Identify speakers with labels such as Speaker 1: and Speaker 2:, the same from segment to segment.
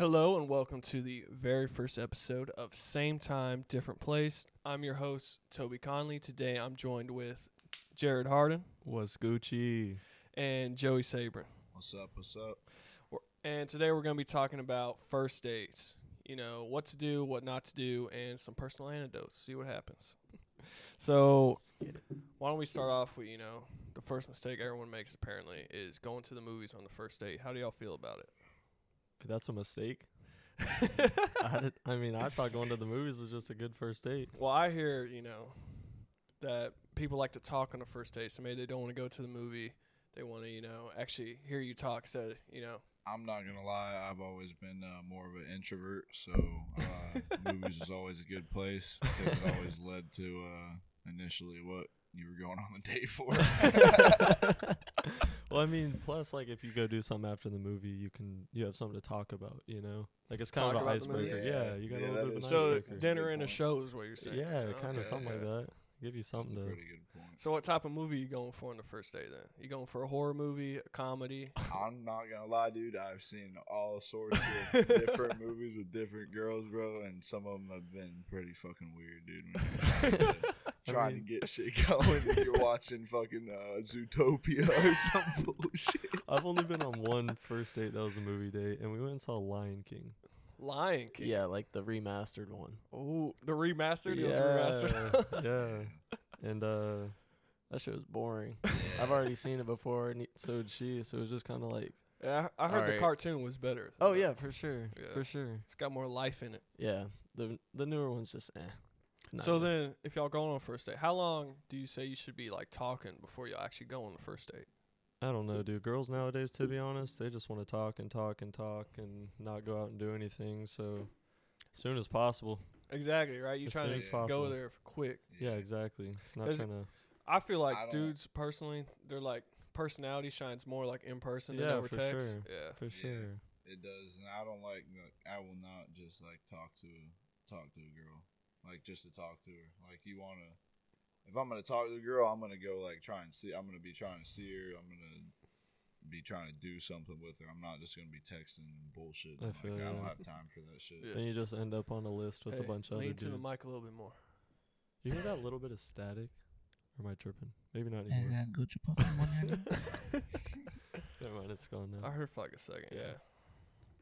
Speaker 1: Hello and welcome to the very first episode of Same Time, Different Place. I'm your host, Toby Conley. Today I'm joined with Jared Harden
Speaker 2: What's Gucci?
Speaker 1: and Joey Sabrin.
Speaker 3: What's up? What's up?
Speaker 1: We're- And today we're going to be talking about first dates. You know, what to do, what not to do, and some personal anecdotes. See what happens. So, why don't we start off with, you know, the first mistake everyone makes apparently is going to the movies on the first date. How do y'all feel about it?
Speaker 2: That's a mistake. I, did, I mean, I thought going to the movies was just a good first date.
Speaker 1: Well, I hear, you know, that people like to talk on the first date, so maybe they don't want to go to the movie. They want to, you know, actually hear you talk. So, you know,
Speaker 3: I'm not gonna lie. I've always been uh, more of an introvert, so uh, movies is always a good place because it always led to uh, initially what you were going on the date for.
Speaker 2: well, I mean, plus, like, if you go do something after the movie, you can you have something to talk about. You know, like it's kind
Speaker 1: Talk
Speaker 2: of an
Speaker 1: about the movie?
Speaker 2: icebreaker.
Speaker 3: Yeah.
Speaker 2: Yeah, you got
Speaker 3: Yeah,
Speaker 2: a
Speaker 3: that
Speaker 2: little bit of
Speaker 3: is
Speaker 2: an
Speaker 3: true.
Speaker 1: so
Speaker 2: icebreaker.
Speaker 1: dinner
Speaker 3: Good
Speaker 1: and a
Speaker 3: point.
Speaker 1: show is what you're saying.
Speaker 2: yeah,
Speaker 1: Okay,
Speaker 2: kind of something
Speaker 1: yeah.
Speaker 2: like that. Give you
Speaker 3: That's
Speaker 2: something
Speaker 3: a
Speaker 2: to.
Speaker 3: pretty good point.
Speaker 1: So, what type of movie you going for on the first date? Then you going for a horror movie, a comedy?
Speaker 3: I'm not gonna lie, dude. I've seen all sorts of different movies with different girls, bro, and some of them have been pretty fucking weird, dude. when you're trying to- Trying
Speaker 2: mean-
Speaker 3: to get shit going, and you're watching fucking uh, Zootopia or some bullshit.
Speaker 2: I've only been on one first date that was a movie date, and we went and saw Lion King.
Speaker 1: Lion King.
Speaker 4: Yeah, like the remastered one.
Speaker 1: Oh, the remastered. It was
Speaker 2: yeah,
Speaker 1: remastered.
Speaker 2: yeah, and uh,
Speaker 4: That shit was boring. I've already seen it before, and so did she. So it was just kind of like,
Speaker 1: yeah. I, I heard the
Speaker 4: Alright.
Speaker 1: cartoon was better. than
Speaker 4: oh
Speaker 1: that.
Speaker 4: yeah, for sure,
Speaker 1: Yeah.
Speaker 4: for sure.
Speaker 1: it's got more life in it.
Speaker 4: Yeah, the the newer one's just eh. Not
Speaker 1: so
Speaker 4: good.
Speaker 1: then, if y'all going on a first date, how long do you say you should be like talking before you actually go on the first date?
Speaker 2: I don't know, dude. Girls nowadays, to be honest, they just want to talk and talk and talk and not go out and do anything. So, as soon as possible.
Speaker 1: Exactly right. You
Speaker 2: As
Speaker 1: trying
Speaker 2: soon
Speaker 1: to
Speaker 2: as possible.
Speaker 1: go there quick.
Speaker 2: Yeah, exactly. Not
Speaker 1: 'Cause
Speaker 2: trying to.
Speaker 1: I feel like
Speaker 3: I don't-
Speaker 1: dudes personally, they're like personality shines more like in person than
Speaker 2: Yeah,
Speaker 1: over
Speaker 2: for
Speaker 1: text.
Speaker 2: sure.
Speaker 1: Yeah.
Speaker 2: For sure.
Speaker 3: It does, and I don't like. like, I will not just like talk to talk to a girl, like just to talk to her. Like you want to. If I'm gonna talk to a girl, I'm gonna go like try and see. I'm gonna be trying to see her. I'm gonna be trying to do something with her. I'm not just gonna be texting and bullshit.
Speaker 2: I
Speaker 3: Like,
Speaker 2: feel
Speaker 3: I don't
Speaker 2: ya.
Speaker 3: have time for that shit.
Speaker 1: Yeah.
Speaker 2: Then you just end up on a list with a
Speaker 1: Hey,
Speaker 2: bunch of
Speaker 1: lean
Speaker 2: other
Speaker 1: to
Speaker 2: dudes.
Speaker 1: the mic a little bit more.
Speaker 2: You hear that little bit of static? Or am I tripping? Maybe not anymore. Never mind, it's gone now.
Speaker 1: I heard for like a second. Yeah.
Speaker 2: Yeah.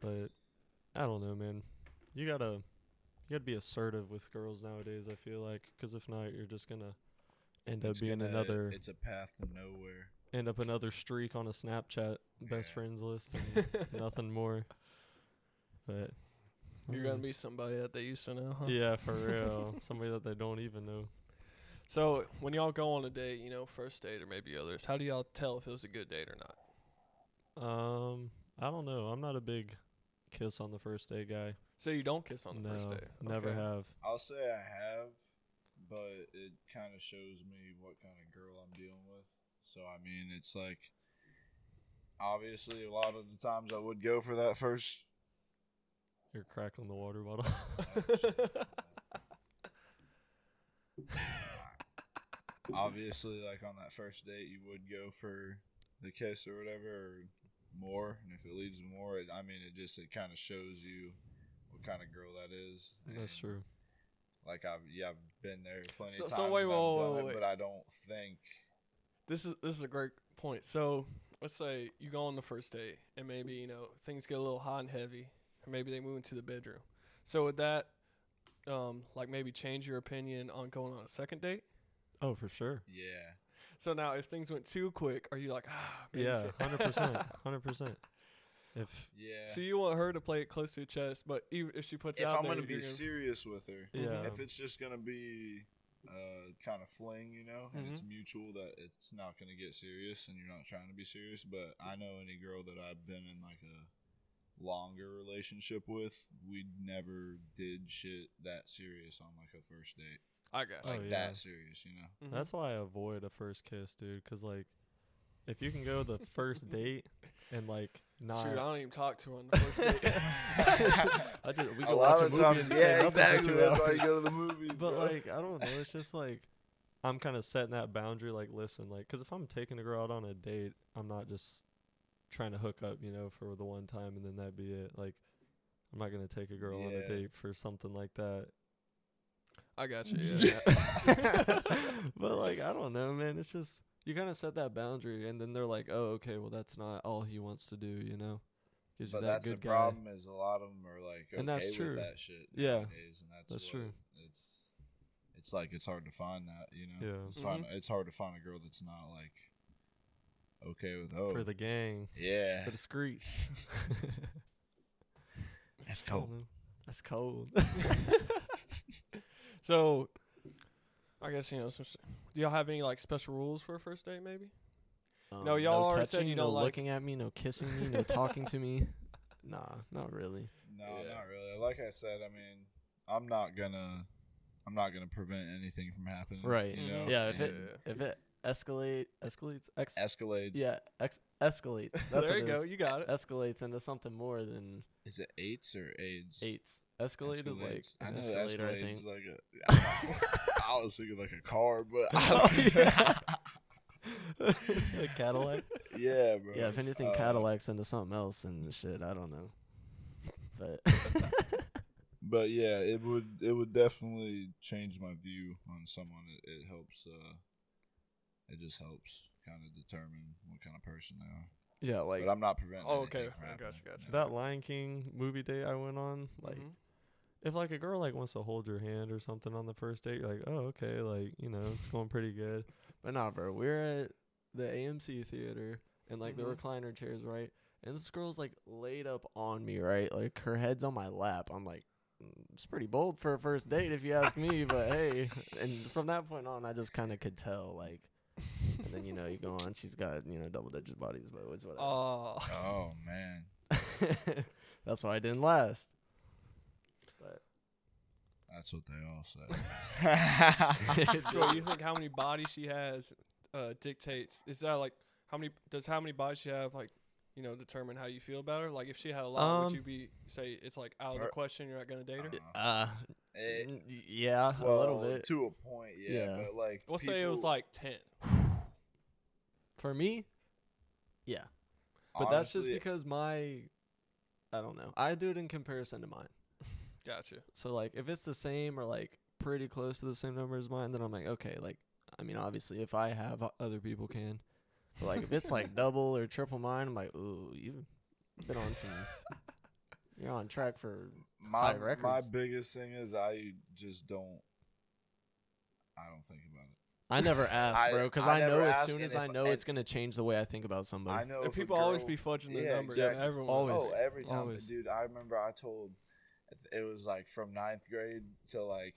Speaker 2: But I don't know, man. You gotta you gotta be assertive with girls nowadays. I feel like, 'cause if not, you're just gonna end up
Speaker 3: It's
Speaker 2: being
Speaker 3: gonna-
Speaker 2: another
Speaker 3: It's a path to nowhere.
Speaker 2: end up another streak on a Snapchat best
Speaker 3: Yeah.
Speaker 2: friends list and nothing more. But
Speaker 1: You're
Speaker 2: uh,
Speaker 1: gonna be somebody that they used to know, huh?
Speaker 2: yeah, for real. Somebody that they don't even know.
Speaker 1: So when y'all go on a date, you know, first date or maybe others, how do y'all tell if it was a good date or not?
Speaker 2: Um, I don't know. I'm not a big kiss on the first day guy.
Speaker 1: So you don't kiss on the
Speaker 2: no,
Speaker 1: first date.
Speaker 2: never
Speaker 1: Okay.
Speaker 2: have.
Speaker 3: I'll say I have, but it kind of shows me what kind of girl I'm dealing with. So I mean, it's like obviously a lot of the times I would go for that first.
Speaker 2: You're crackling the water bottle.
Speaker 3: obviously, like on that first date, you would go for the kiss or whatever, or more. And if it leads to more, it, I mean, it just it kind of shows you what kind of girl that is.
Speaker 2: That's
Speaker 3: and
Speaker 2: true.
Speaker 3: Like I've yeah, I've been there plenty
Speaker 1: So-
Speaker 3: of
Speaker 1: so
Speaker 3: times.
Speaker 1: wait,
Speaker 3: and I've
Speaker 1: whoa,
Speaker 3: done
Speaker 1: whoa,
Speaker 3: it,
Speaker 1: wait.
Speaker 3: But I don't think
Speaker 1: this is this is a great point. So let's say you go on the first date and maybe you know things get a little hot and heavy, or maybe they move into the bedroom. So would that um, like maybe change your opinion on going on a second date?
Speaker 2: Oh, for sure.
Speaker 3: yeah.
Speaker 1: So now if things went too quick, are you like ah maybe
Speaker 2: Yeah,
Speaker 1: so-"
Speaker 2: hundred percent, hundred percent. If
Speaker 3: Yeah.
Speaker 1: So you want her to play it close to your chest, but even if she puts it
Speaker 3: if
Speaker 1: out
Speaker 3: I'm
Speaker 1: there,
Speaker 3: gonna be
Speaker 1: you're
Speaker 3: serious with her,
Speaker 2: yeah,
Speaker 3: if it's just gonna be uh, kind of fling, you know, and
Speaker 2: Mm-hmm.
Speaker 3: it's mutual that it's not gonna get serious, and you're not trying to be serious. But I know any girl that I've been in like a longer relationship with, we never did shit that serious on like a first date,
Speaker 1: I got you.
Speaker 3: like
Speaker 2: Oh, yeah.
Speaker 3: that serious, you know.
Speaker 1: Mhm.
Speaker 2: That's why I avoid a first kiss, dude. Cause like, if you can go the first date and like not,
Speaker 1: shoot. I don't even talk to her on the first date.
Speaker 2: I just we
Speaker 3: A
Speaker 2: go
Speaker 3: lot
Speaker 2: watch a
Speaker 3: of
Speaker 2: movie
Speaker 3: times-
Speaker 2: and say nothing for two
Speaker 3: That's why
Speaker 2: hours.
Speaker 3: you go to the movies.
Speaker 2: But
Speaker 3: bro.
Speaker 2: like, I don't know. It's just like I'm kind of setting that boundary. Like, listen, like, cause if I'm taking a girl out on a date, I'm not just trying to hook up, you know, for the one time and then that be it. Like, I'm not gonna take a girl on
Speaker 3: Yeah.
Speaker 2: a date for something like that.
Speaker 1: I got you. Yeah.
Speaker 3: Yeah.
Speaker 2: but like I don't know, man. It's just you kind of set that boundary, and then they're like, "Oh, okay, well that's not all he wants to do," you know? Gives
Speaker 3: But
Speaker 2: you that
Speaker 3: that's the
Speaker 2: good guy.
Speaker 3: problem is a lot of them are like okay
Speaker 2: And that's true.
Speaker 3: with that shit.
Speaker 2: Yeah.
Speaker 3: nowadays, and that's,
Speaker 2: That's
Speaker 3: what
Speaker 2: true.
Speaker 3: It's it's like it's hard to find that you know.
Speaker 2: Yeah.
Speaker 3: It's, find- it's hard to find a girl that's not like okay with oh
Speaker 2: for the gang,
Speaker 3: yeah
Speaker 2: for the streets.
Speaker 3: that's
Speaker 2: I don't know. That's cold.
Speaker 1: So, I guess you know. Some, s- do y'all have any like special rules for a first date? Maybe.
Speaker 4: Um,
Speaker 1: No, y'all already said
Speaker 4: touching,
Speaker 1: you
Speaker 4: no
Speaker 1: don't like-
Speaker 4: looking at me, no kissing me, no talking to me. Nah, not really.
Speaker 3: No,
Speaker 1: Yeah.
Speaker 3: not really. Like I said, I mean, I'm not gonna, I'm not gonna prevent anything from happening.
Speaker 4: Right.
Speaker 1: Mhm.
Speaker 3: You know?
Speaker 4: Yeah, if it
Speaker 3: and
Speaker 4: if it escalate escalates ex-
Speaker 3: escalates,
Speaker 4: yeah ex- escalates. That's
Speaker 1: there you
Speaker 4: what it
Speaker 1: go.
Speaker 4: is.
Speaker 1: You got it.
Speaker 4: Escalates into something more than
Speaker 3: is it eights or aids?
Speaker 4: eights. Escalate is like
Speaker 3: Escalates. I
Speaker 4: an
Speaker 3: know
Speaker 4: escalator, I
Speaker 3: escalates
Speaker 4: think.
Speaker 3: is Like a, I was thinking like a car, but I
Speaker 4: Oh, yeah. Cadillac.
Speaker 3: don't- yeah, bro.
Speaker 4: Yeah, if anything,
Speaker 3: Uh,
Speaker 4: Cadillac's into something else and shit. I don't know, but
Speaker 3: But yeah, it would it would definitely change my view on someone. It, it helps. uh It just helps kind of determine what kind of person they are.
Speaker 4: yeah, like
Speaker 3: but I'm not preventing.
Speaker 1: Oh,
Speaker 3: anything
Speaker 1: okay.
Speaker 3: from
Speaker 1: I
Speaker 3: happening,
Speaker 1: gotcha, gotcha.
Speaker 3: you know?
Speaker 2: that Lion King movie date I went on, like
Speaker 1: Mhm.
Speaker 2: if like a girl like wants to hold your hand or something on the first date, you're like, "Oh, okay, like you know, it's going pretty good."
Speaker 4: But nah, bro, we're at the AMC theater and like
Speaker 1: Mhm.
Speaker 4: the
Speaker 2: Mm-hmm.
Speaker 4: recliner chairs, right? And this girl's like laid up on me, right? Like her head's on my lap. I'm like, "Mm, it's pretty bold for a first date, if you ask me. But hey, and from that point on, I just kind of could tell, like. And then you know you go on. She's got you know double digit bodies, but it's whatever.
Speaker 1: Oh,
Speaker 3: Oh man,
Speaker 4: That's why I didn't last. But
Speaker 3: that's what they all say.
Speaker 1: so you think how many bodies she has uh, dictates? Is that like how many? Does how many bodies she have like? You know, determine how you feel about her. Like, if she had a lot, would
Speaker 2: Um,
Speaker 1: you be say it's like out of the
Speaker 3: Or-
Speaker 1: question? You're not gonna date her.
Speaker 3: Uh,
Speaker 4: uh,
Speaker 3: it-
Speaker 4: n- yeah, a little
Speaker 3: Eh. well,
Speaker 4: bit.
Speaker 3: to a point, yeah.
Speaker 4: Yeah.
Speaker 3: But like,
Speaker 1: We'll say it was
Speaker 3: people-
Speaker 1: like ten.
Speaker 4: For me, yeah. But that's just
Speaker 3: honestly,
Speaker 4: because my I don't know. I do it in comparison to mine.
Speaker 1: Gotcha.
Speaker 4: So like if it's the same or like pretty close to the same number as mine, then I'm like, okay, like I mean obviously if I have o- other people can. But like if it's like double or triple mine, I'm like, ooh, you've been on some you're on track for
Speaker 3: my
Speaker 4: high records.
Speaker 3: my biggest thing is I just don't. I don't think about it.
Speaker 4: I never
Speaker 3: I-
Speaker 4: ask, bro, because
Speaker 3: I
Speaker 4: I, know
Speaker 3: never
Speaker 4: as
Speaker 3: ask,
Speaker 4: soon
Speaker 3: and
Speaker 4: as I
Speaker 3: if-
Speaker 4: know it's
Speaker 3: and-
Speaker 4: gonna change the way I think about somebody.
Speaker 3: I know
Speaker 1: And
Speaker 3: if a
Speaker 1: people always
Speaker 3: Oh,
Speaker 1: be
Speaker 3: girl-
Speaker 1: fudging their
Speaker 3: yeah,
Speaker 1: numbers.
Speaker 3: exactly.
Speaker 1: Everyone
Speaker 4: Always.
Speaker 1: knows.
Speaker 3: Oh, every time,
Speaker 2: Always.
Speaker 3: dude. I remember I told it was like from ninth grade to like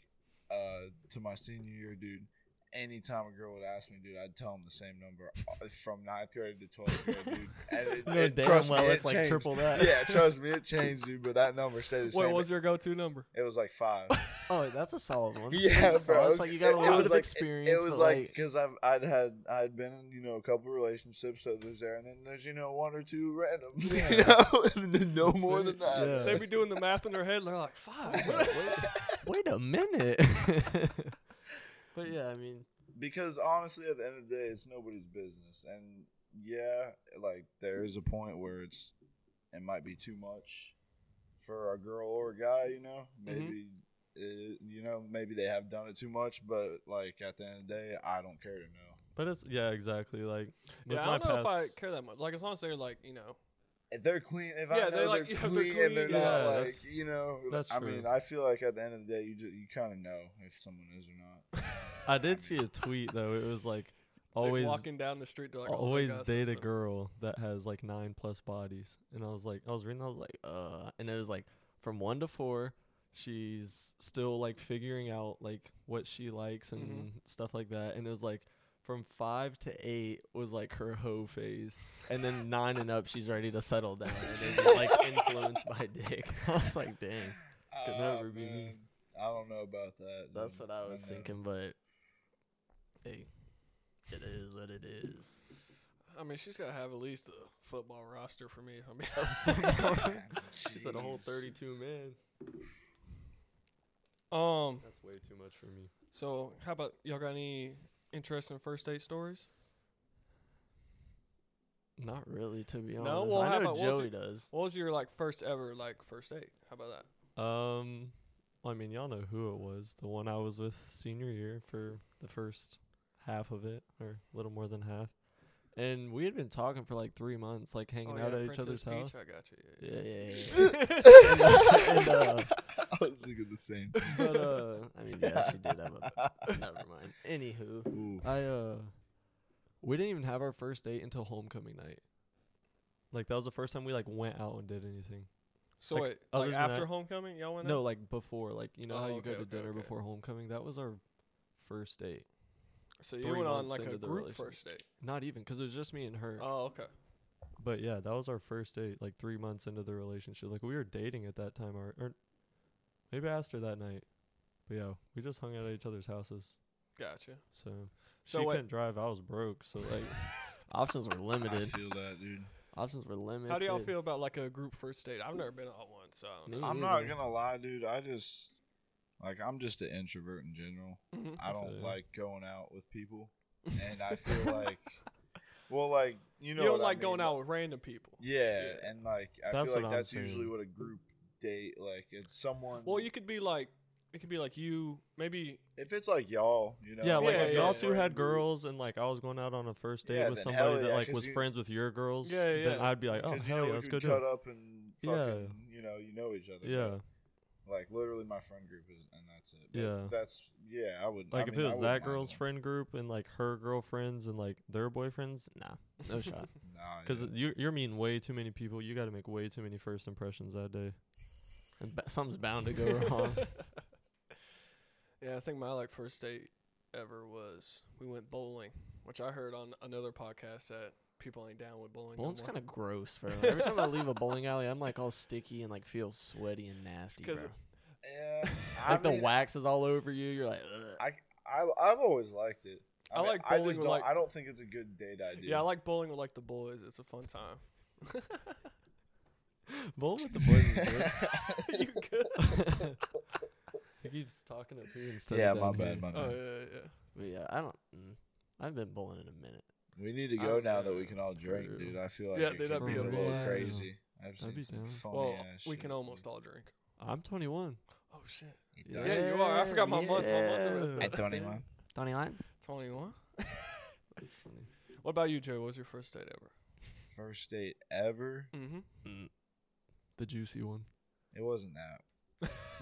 Speaker 3: uh to my senior year, dude. Anytime a girl would ask me, dude, I'd tell them the same number uh, from ninth grade to twelfth grade, dude. And it,
Speaker 4: You know
Speaker 3: it-
Speaker 4: damn
Speaker 3: trust
Speaker 4: well
Speaker 3: me,
Speaker 4: it's
Speaker 3: it
Speaker 4: like
Speaker 3: changed.
Speaker 4: triple that.
Speaker 3: Yeah, trust me, it changed, dude. But that number stayed the same.
Speaker 1: What was your go-to number?
Speaker 3: It was like five.
Speaker 4: Oh, that's a solid one.
Speaker 3: Yeah,
Speaker 4: That's a
Speaker 3: bro.
Speaker 4: solid- It's like you got a
Speaker 3: It
Speaker 4: little
Speaker 3: was
Speaker 4: bit of
Speaker 3: like- it-
Speaker 4: experience.
Speaker 3: It was
Speaker 4: but,
Speaker 3: like because I've I'd had I'd been in you know a couple relationships, so there's there, and then there's you know one or two randoms, you know, and then no more than that.
Speaker 2: Yeah.
Speaker 1: They be doing the math in their head. and They're like, five. what?"
Speaker 4: wait a minute. but yeah, I mean,
Speaker 3: Because honestly, at the end of the day, it's nobody's business, and yeah, like there is a point where it's it might be too much for a girl or a guy, you know,
Speaker 4: Mm-hmm.
Speaker 3: maybe. It, you know, maybe they have done it too much, but like at the end of the day, I don't care to know.
Speaker 2: But it's yeah, exactly. Like with
Speaker 1: yeah,
Speaker 2: my
Speaker 1: I don't know if I
Speaker 2: past-
Speaker 1: care that much. Like as long as they're like, you know,
Speaker 3: if they're clean, if
Speaker 1: Yeah,
Speaker 3: I
Speaker 1: they're
Speaker 3: know they're,
Speaker 1: like- if they're
Speaker 3: clean, and they're
Speaker 1: clean,
Speaker 2: yeah,
Speaker 3: not like
Speaker 2: that's-
Speaker 3: you know,
Speaker 2: that's
Speaker 3: I
Speaker 2: true.
Speaker 3: mean, I feel like at the end of the day, you just you kind of know if someone is or not.
Speaker 2: I did see a tweet though. It was like always
Speaker 1: like walking down the street, they're like, "Oh, that
Speaker 2: always
Speaker 1: guy's
Speaker 2: date a
Speaker 1: something."
Speaker 2: girl that has like nine plus bodies. And I was like, I was reading, that, I was like,
Speaker 4: uh, and it was like,
Speaker 2: from one to four, she's still like figuring out like what she likes and stuff like that. And it was like from five to eight was like her hoe phase,
Speaker 4: and then nine and up, she's ready to settle down and is like influenced by dick. I was like, dang,
Speaker 3: Could
Speaker 4: never be me.
Speaker 3: Ah, I don't know about that.
Speaker 4: that's
Speaker 3: dude.
Speaker 4: what I was
Speaker 3: know.
Speaker 4: thinking. But hey, it is what it is.
Speaker 1: I mean, she's gotta have at least a football roster for me. If I'm being
Speaker 4: She said a whole
Speaker 3: Jeez.
Speaker 4: thirty-two man.
Speaker 1: um,
Speaker 2: that's way too much for me.
Speaker 1: so how about y'all got any interesting first date stories?
Speaker 4: Not really, to be honest.
Speaker 1: No? Well, how
Speaker 4: I know
Speaker 1: about- what was
Speaker 4: Joey
Speaker 1: it-
Speaker 4: does.
Speaker 1: What was your like first ever like first date? How about that?
Speaker 2: Um, well, I mean, y'all know who it was. The one I was with senior year for the first half of it, or a little more than half. And we had been talking for like three months, like hanging
Speaker 1: oh,
Speaker 2: out
Speaker 1: yeah,
Speaker 2: at each
Speaker 1: Princess
Speaker 2: other's
Speaker 1: Peach,
Speaker 2: house.
Speaker 1: I got you. Yeah,
Speaker 4: Yeah, yeah, yeah. yeah.
Speaker 2: And, uh, and, uh,
Speaker 3: I was thinking the same. thing.
Speaker 4: but uh, I mean, yeah, she did have a. never mind. Anywho,
Speaker 3: Ooh.
Speaker 2: I uh, we didn't even have our first date until homecoming night. Like that was the first time we like went out and did anything.
Speaker 1: So
Speaker 2: Like,
Speaker 1: wait,
Speaker 2: other
Speaker 1: like
Speaker 2: than
Speaker 1: after
Speaker 2: that-
Speaker 1: homecoming, y'all went
Speaker 2: No,
Speaker 1: out?
Speaker 2: like before, like you know how
Speaker 1: Oh,
Speaker 2: you
Speaker 1: okay,
Speaker 2: go to
Speaker 1: okay,
Speaker 2: dinner
Speaker 1: okay.
Speaker 2: before homecoming. That was our first date.
Speaker 1: So you
Speaker 2: three
Speaker 1: went on
Speaker 2: months
Speaker 1: like a
Speaker 2: into the
Speaker 1: group
Speaker 2: relationship.
Speaker 1: first date.
Speaker 2: Not even, 'cause it was just me and her.
Speaker 1: Oh, okay.
Speaker 2: But yeah, that was our first date, like three months into the relationship. Like we were dating at that time, or, or maybe I asked her that night. But yeah, we just hung out at each other's houses.
Speaker 1: Gotcha.
Speaker 2: So,
Speaker 1: So
Speaker 2: she
Speaker 1: wait,
Speaker 2: couldn't drive. I was broke, so like
Speaker 4: options were
Speaker 3: I
Speaker 4: limited.
Speaker 3: feel that, dude.
Speaker 4: options were limited.
Speaker 1: how do y'all feel about like a group first date? I've never been on one, so I don't
Speaker 4: Me
Speaker 1: know.
Speaker 3: I'm not
Speaker 4: neither.
Speaker 3: gonna lie, dude. I just like I'm just an introvert in general.
Speaker 1: Mhm.
Speaker 3: I don't
Speaker 2: Okay.
Speaker 3: like going out with people, and I feel like, well, like you
Speaker 1: You,
Speaker 3: know,
Speaker 1: don't
Speaker 3: what I
Speaker 1: like going
Speaker 3: mean,
Speaker 1: out with random people.
Speaker 3: Yeah,
Speaker 1: Yeah.
Speaker 3: and like I
Speaker 2: That's
Speaker 3: feel
Speaker 2: what
Speaker 3: like
Speaker 2: I'm
Speaker 3: that's
Speaker 2: saying.
Speaker 3: usually what a group date like. It's someone.
Speaker 1: Well, you could be like, it could be like you, maybe.
Speaker 3: if it's like y'all, you know.
Speaker 2: yeah, like
Speaker 1: Yeah,
Speaker 2: if
Speaker 1: yeah,
Speaker 2: y'all
Speaker 1: yeah.
Speaker 2: two had girls, and like I was going out on a first date
Speaker 3: Yeah,
Speaker 2: with
Speaker 3: then hell
Speaker 2: somebody that
Speaker 3: yeah,
Speaker 2: like
Speaker 3: 'cause
Speaker 2: was
Speaker 3: you-
Speaker 2: friends with your girls.
Speaker 1: Yeah,
Speaker 2: Then
Speaker 1: yeah.
Speaker 2: I'd be like, oh
Speaker 3: Because you
Speaker 2: hell
Speaker 3: know
Speaker 2: yeah,
Speaker 3: we
Speaker 2: let's go
Speaker 3: could
Speaker 2: do
Speaker 3: cut
Speaker 2: it.
Speaker 3: up and
Speaker 2: Yeah.
Speaker 3: fucking, you know, you know each other. but,
Speaker 2: Yeah.
Speaker 3: like literally my friend group is, and that's it. But
Speaker 2: Yeah.
Speaker 3: that's yeah. I would I
Speaker 2: Like if
Speaker 3: mean, I
Speaker 2: it was
Speaker 3: wouldn't mind
Speaker 2: that girl's
Speaker 3: going.
Speaker 2: friend group and like her girlfriends and like their boyfriends, nah, no shot.
Speaker 3: Nah,
Speaker 2: Because
Speaker 3: yeah.
Speaker 2: you you're meeting way too many people. You got to make way too many first impressions that day.
Speaker 4: And ba- something's bound to go wrong.
Speaker 1: yeah, I think my like first date ever was we went bowling, which I heard on another podcast that people ain't down with bowling. no
Speaker 4: Bowling's
Speaker 1: more.
Speaker 4: kind of gross, bro. Every time I leave a bowling alley, I'm like all sticky and like feel sweaty and nasty, bro.
Speaker 1: 'Cause it-
Speaker 3: Yeah, I
Speaker 4: Like
Speaker 3: mean,
Speaker 4: the wax is all over you. You're like, Ugh.
Speaker 3: I I've always liked it.
Speaker 1: I
Speaker 3: mean,
Speaker 1: like
Speaker 3: I
Speaker 1: bowling
Speaker 3: just
Speaker 1: with,
Speaker 3: don't.
Speaker 1: like-
Speaker 3: I don't think it's a good date idea.
Speaker 1: Yeah, I like bowling with like the boys. It's a fun time.
Speaker 2: Bowling with the boys is good.
Speaker 1: you good?
Speaker 2: he keeps talking up here instead.
Speaker 3: yeah,
Speaker 2: of
Speaker 3: my
Speaker 2: down here.
Speaker 3: bad, my bad.
Speaker 1: Oh yeah, yeah.
Speaker 4: But yeah, I don't. Mm, I've been bowling in a minute.
Speaker 3: We need to
Speaker 1: I
Speaker 3: go
Speaker 1: don't
Speaker 3: now
Speaker 1: know.
Speaker 3: that we can all drink,
Speaker 2: True.
Speaker 3: dude. I feel like
Speaker 1: Yeah,
Speaker 3: it
Speaker 1: dude, that'd
Speaker 3: could
Speaker 2: be
Speaker 3: get a
Speaker 2: amazing.
Speaker 3: little
Speaker 2: Yeah.
Speaker 3: crazy. I've seen
Speaker 2: be
Speaker 3: some
Speaker 2: down.
Speaker 3: funny
Speaker 1: Well,
Speaker 3: ass
Speaker 1: we
Speaker 3: Oh, shit,
Speaker 1: can almost
Speaker 3: dude.
Speaker 1: all drink.
Speaker 2: I'm 21.
Speaker 1: Oh shit.
Speaker 3: You
Speaker 1: Yeah, you are. I forgot my months. My months are messed
Speaker 4: Yeah.
Speaker 1: up.
Speaker 3: done? I don't even.
Speaker 4: Donny Lyon?
Speaker 1: Twenty one.
Speaker 4: That's funny.
Speaker 1: What about you, Joe? What was your first date ever?
Speaker 3: First date ever.
Speaker 1: Mm-hmm.
Speaker 2: The juicy one.
Speaker 3: It wasn't that.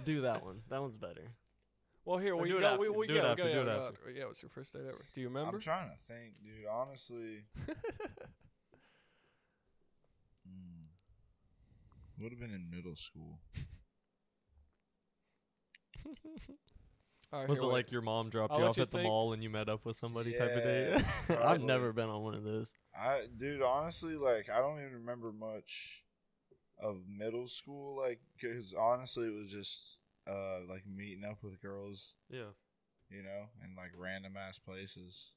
Speaker 4: Do that one. That one's better.
Speaker 1: Well, here
Speaker 2: Or
Speaker 1: we
Speaker 2: do it
Speaker 1: go.
Speaker 2: after,
Speaker 1: We, we
Speaker 2: do it
Speaker 1: yeah, we
Speaker 2: after,
Speaker 1: go,
Speaker 2: do
Speaker 1: yeah,
Speaker 2: it
Speaker 1: we go
Speaker 2: after.
Speaker 1: after. Yeah, what's your first date ever? Do you remember?
Speaker 3: I'm trying to think, dude. Honestly, mm, would have been in middle school.
Speaker 1: All right,
Speaker 2: Was it
Speaker 1: here, wait.
Speaker 2: like your mom dropped
Speaker 1: I'll
Speaker 2: you
Speaker 1: let
Speaker 2: off
Speaker 1: you
Speaker 2: at the
Speaker 1: think.
Speaker 2: mall and you met up with somebody type of
Speaker 3: Yeah,
Speaker 2: date?
Speaker 4: I've
Speaker 3: probably.
Speaker 4: never been on one of those.
Speaker 3: I dude, honestly, like I don't even remember much of middle school, like because honestly, it was just uh like meeting up with girls,
Speaker 2: yeah.
Speaker 3: you know, in like random ass places.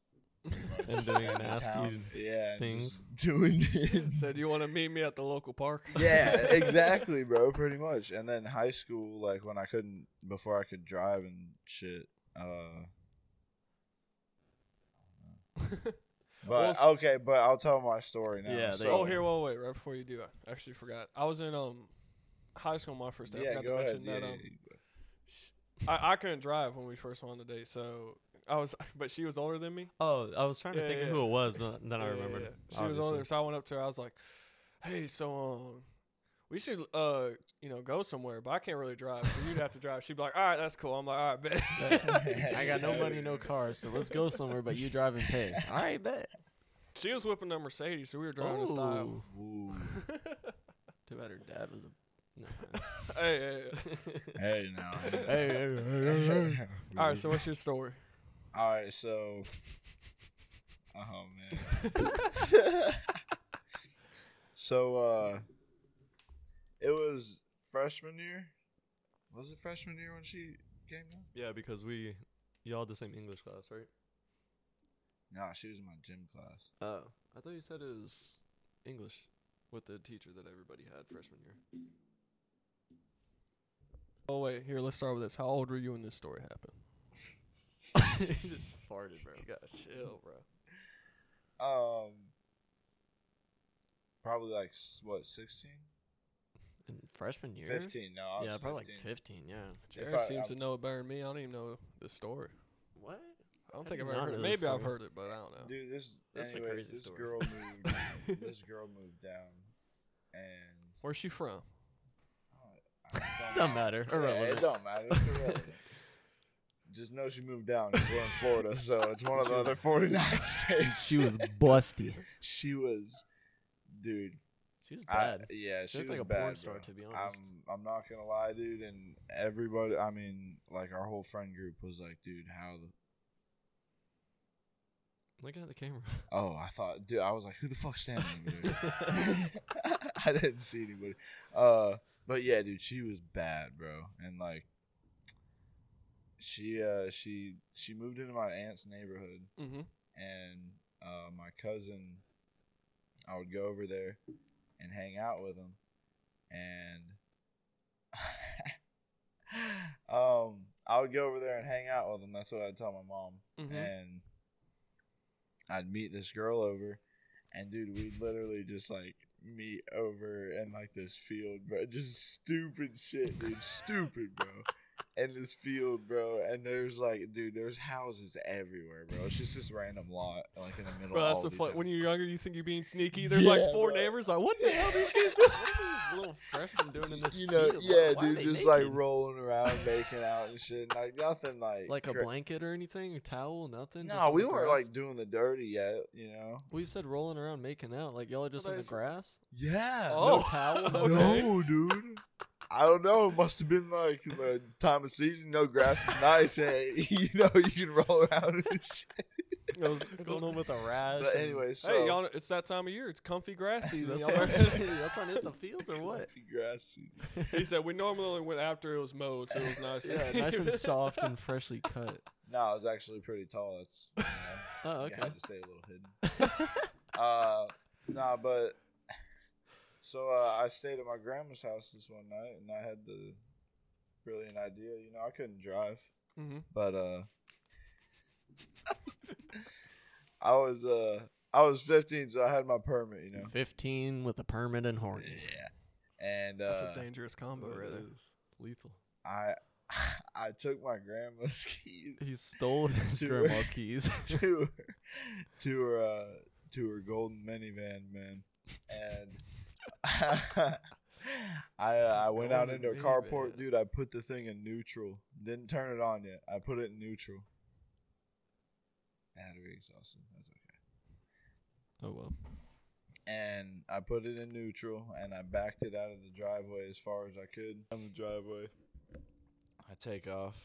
Speaker 2: And doing
Speaker 3: in
Speaker 2: nasty.
Speaker 3: town. yeah, and
Speaker 2: things.
Speaker 3: just doing it.
Speaker 1: Said you want to meet me at the local park?
Speaker 3: yeah, exactly, bro. Pretty much. And then high school, like when I couldn't before I could drive and shit. Uh, but
Speaker 1: Well,
Speaker 3: okay, but I'll tell my story now.
Speaker 4: Yeah, they-
Speaker 3: so,
Speaker 1: oh, here, well, wait, right before you do, I actually forgot. I was in um high school my first day. I
Speaker 3: Yeah,
Speaker 1: forgot
Speaker 3: go
Speaker 1: to
Speaker 3: ahead.
Speaker 1: mention
Speaker 3: Yeah,
Speaker 1: that
Speaker 3: yeah,
Speaker 1: um
Speaker 3: yeah.
Speaker 1: sh- I, I couldn't drive when we first went on the date, so I was, but she was older than me.
Speaker 2: Oh, I was trying to
Speaker 1: Yeah,
Speaker 2: think
Speaker 1: yeah.
Speaker 2: of who it was, but then I
Speaker 1: Yeah, yeah,
Speaker 2: remembered.
Speaker 1: yeah. She was on there, so I went up to her. I was like, "Hey, so um, we should uh, you know, go somewhere, but I can't really drive, so you'd have to drive." She'd be like, "All right, that's cool." I'm like, "All right, bet."
Speaker 4: I got no money, no car, so let's go somewhere, but you drive and pay. All right, bet.
Speaker 1: she was whipping a Mercedes, so we were driving to style.
Speaker 4: Ooh,
Speaker 3: Ooh.
Speaker 4: too bad her dad was a. No.
Speaker 1: Hey, hey, hey.
Speaker 3: hey now.
Speaker 4: hey, hey, hey, hey, hey.
Speaker 1: all right. So what's your story?
Speaker 3: all right, so. Oh man. so uh, it was freshman year. Was it freshman year when she came down?
Speaker 2: yeah, because we y'all had the same English class, right?
Speaker 3: Nah, she was in my gym class.
Speaker 2: Oh, I thought you said it was English with the teacher that everybody had freshman year.
Speaker 1: Oh wait, here. Let's start with this. How old were you when this story happened?
Speaker 4: He just farted, bro.
Speaker 1: Gosh, chill, bro.
Speaker 3: Um, probably like s- what 16,
Speaker 4: In freshman year?
Speaker 3: 15. No, I was
Speaker 4: Yeah, probably
Speaker 3: 15.
Speaker 4: like 15, yeah.
Speaker 1: Jared
Speaker 3: I-
Speaker 1: seems
Speaker 3: I'm-
Speaker 1: to know it better than me. I don't even know this story.
Speaker 4: What?
Speaker 1: I don't
Speaker 4: I
Speaker 1: think I've
Speaker 4: did not
Speaker 1: ever heard
Speaker 4: know
Speaker 1: it.
Speaker 4: this
Speaker 1: Maybe I've
Speaker 4: story.
Speaker 1: heard it, but I don't know.
Speaker 3: Dude, this
Speaker 4: That's the
Speaker 3: anyways,
Speaker 4: crazy
Speaker 3: this
Speaker 4: story.
Speaker 3: girl moved. this girl moved down, and
Speaker 1: Where's she from?
Speaker 3: I
Speaker 4: Doesn't matter.
Speaker 3: Yeah,
Speaker 4: Irrelevant.
Speaker 3: it don't matter. It's irrelevant. Just know she moved down. 'cause We're in Florida, so it's one of the other 49 states.
Speaker 4: she was busty.
Speaker 3: She was, dude.
Speaker 4: She was
Speaker 3: I,
Speaker 4: bad.
Speaker 3: yeah, she,
Speaker 4: looked
Speaker 3: was
Speaker 4: like a
Speaker 3: bad,
Speaker 4: porn star,
Speaker 3: bro.
Speaker 4: to be honest.
Speaker 3: I'm, I'm not gonna lie, dude. And everybody, I mean, like our whole friend group was like, dude, how the?
Speaker 2: Looking at the camera.
Speaker 3: Oh, I thought, dude, I was like, who the fuck's standing over there? I didn't see anybody. Uh, but yeah, dude, she was bad, bro. And like, she, uh, she, she moved into my aunt's neighborhood,
Speaker 1: Mm-hmm.
Speaker 3: and uh, my cousin, I would go over there and hang out with him, and um, I would go over there and hang out with him. That's what I'd tell my mom,
Speaker 4: mm-hmm.
Speaker 1: Mhm.
Speaker 3: and I'd meet this girl over, and dude, we'd literally just like meet over in like this field, bro. Just stupid shit, dude. stupid, bro. In this field, bro, and there's like, dude, there's houses everywhere, bro. It's just this random lot, like in the middle.
Speaker 1: Bro,
Speaker 3: of
Speaker 1: that's
Speaker 3: all
Speaker 1: the
Speaker 3: these
Speaker 1: fun.
Speaker 3: houses.
Speaker 1: When you're younger, you think you're being sneaky. There's like
Speaker 3: Yeah,
Speaker 1: four
Speaker 3: bro.
Speaker 1: neighbors. Like, what the hell? These kids.
Speaker 4: what are these little freshmen doing in this
Speaker 3: you know,
Speaker 4: field?
Speaker 3: yeah,
Speaker 4: Why are
Speaker 3: dude,
Speaker 4: they
Speaker 3: just like
Speaker 4: naked?
Speaker 3: rolling around, making out and shit, like nothing, like
Speaker 2: Like a
Speaker 3: cra-
Speaker 2: blanket or anything? Or towel? Nothing? just
Speaker 3: No,
Speaker 2: on
Speaker 3: we
Speaker 2: the
Speaker 3: weren't
Speaker 2: grass?
Speaker 3: like doing the dirty yet, you know.
Speaker 2: We said rolling around making out. Like y'all are just on the
Speaker 1: there's-
Speaker 2: grass?
Speaker 3: Yeah.
Speaker 1: Oh,
Speaker 2: towel,
Speaker 1: okay.
Speaker 3: No, dude. I don't know. It must have been like the time of season. No grass is nice, and you know you can roll around and shit.
Speaker 1: It was- it's
Speaker 2: Going
Speaker 1: a-
Speaker 2: on with a rash.
Speaker 3: But
Speaker 2: and-
Speaker 3: anyway, so
Speaker 1: hey, y'all, it's that time of year. It's comfy grass season.
Speaker 2: That's
Speaker 1: y'all
Speaker 2: what I'm
Speaker 1: ever-
Speaker 2: saying. Y'all trying to hit the fields or what?
Speaker 3: Comfy grass season.
Speaker 1: he said we normally only went after it was mowed, so it was nice.
Speaker 2: Yeah, nice and soft and freshly cut.
Speaker 3: No, I was actually pretty tall. That's you know,
Speaker 2: Oh,
Speaker 3: you
Speaker 2: okay.
Speaker 3: had to stay a little hidden. uh, nah, but so uh, I stayed at my grandma's house this one night, and I had the brilliant idea. You know, I couldn't drive,
Speaker 1: Mhm.
Speaker 3: but uh, I was uh, I was 15, so I had my permit. You know,
Speaker 4: 15 with a permit and horny.
Speaker 3: yeah, and
Speaker 1: That's
Speaker 3: uh,
Speaker 1: a dangerous combo,
Speaker 2: It
Speaker 1: really.
Speaker 2: is Lethal.
Speaker 3: I I took my grandma's keys.
Speaker 2: He stole his
Speaker 3: Dude.
Speaker 2: grandma's keys.
Speaker 3: to her, to her, uh, to her golden minivan, man. And I, uh, I went out
Speaker 2: Golden
Speaker 3: into a carport,
Speaker 2: minivan.
Speaker 3: dude. I put the thing in neutral. Didn't turn it on yet. I put it in neutral. Battery exhausted. That's okay.
Speaker 2: Oh well.
Speaker 3: And I put it in neutral, and I backed it out of the driveway as far as I could. On the driveway, I take off.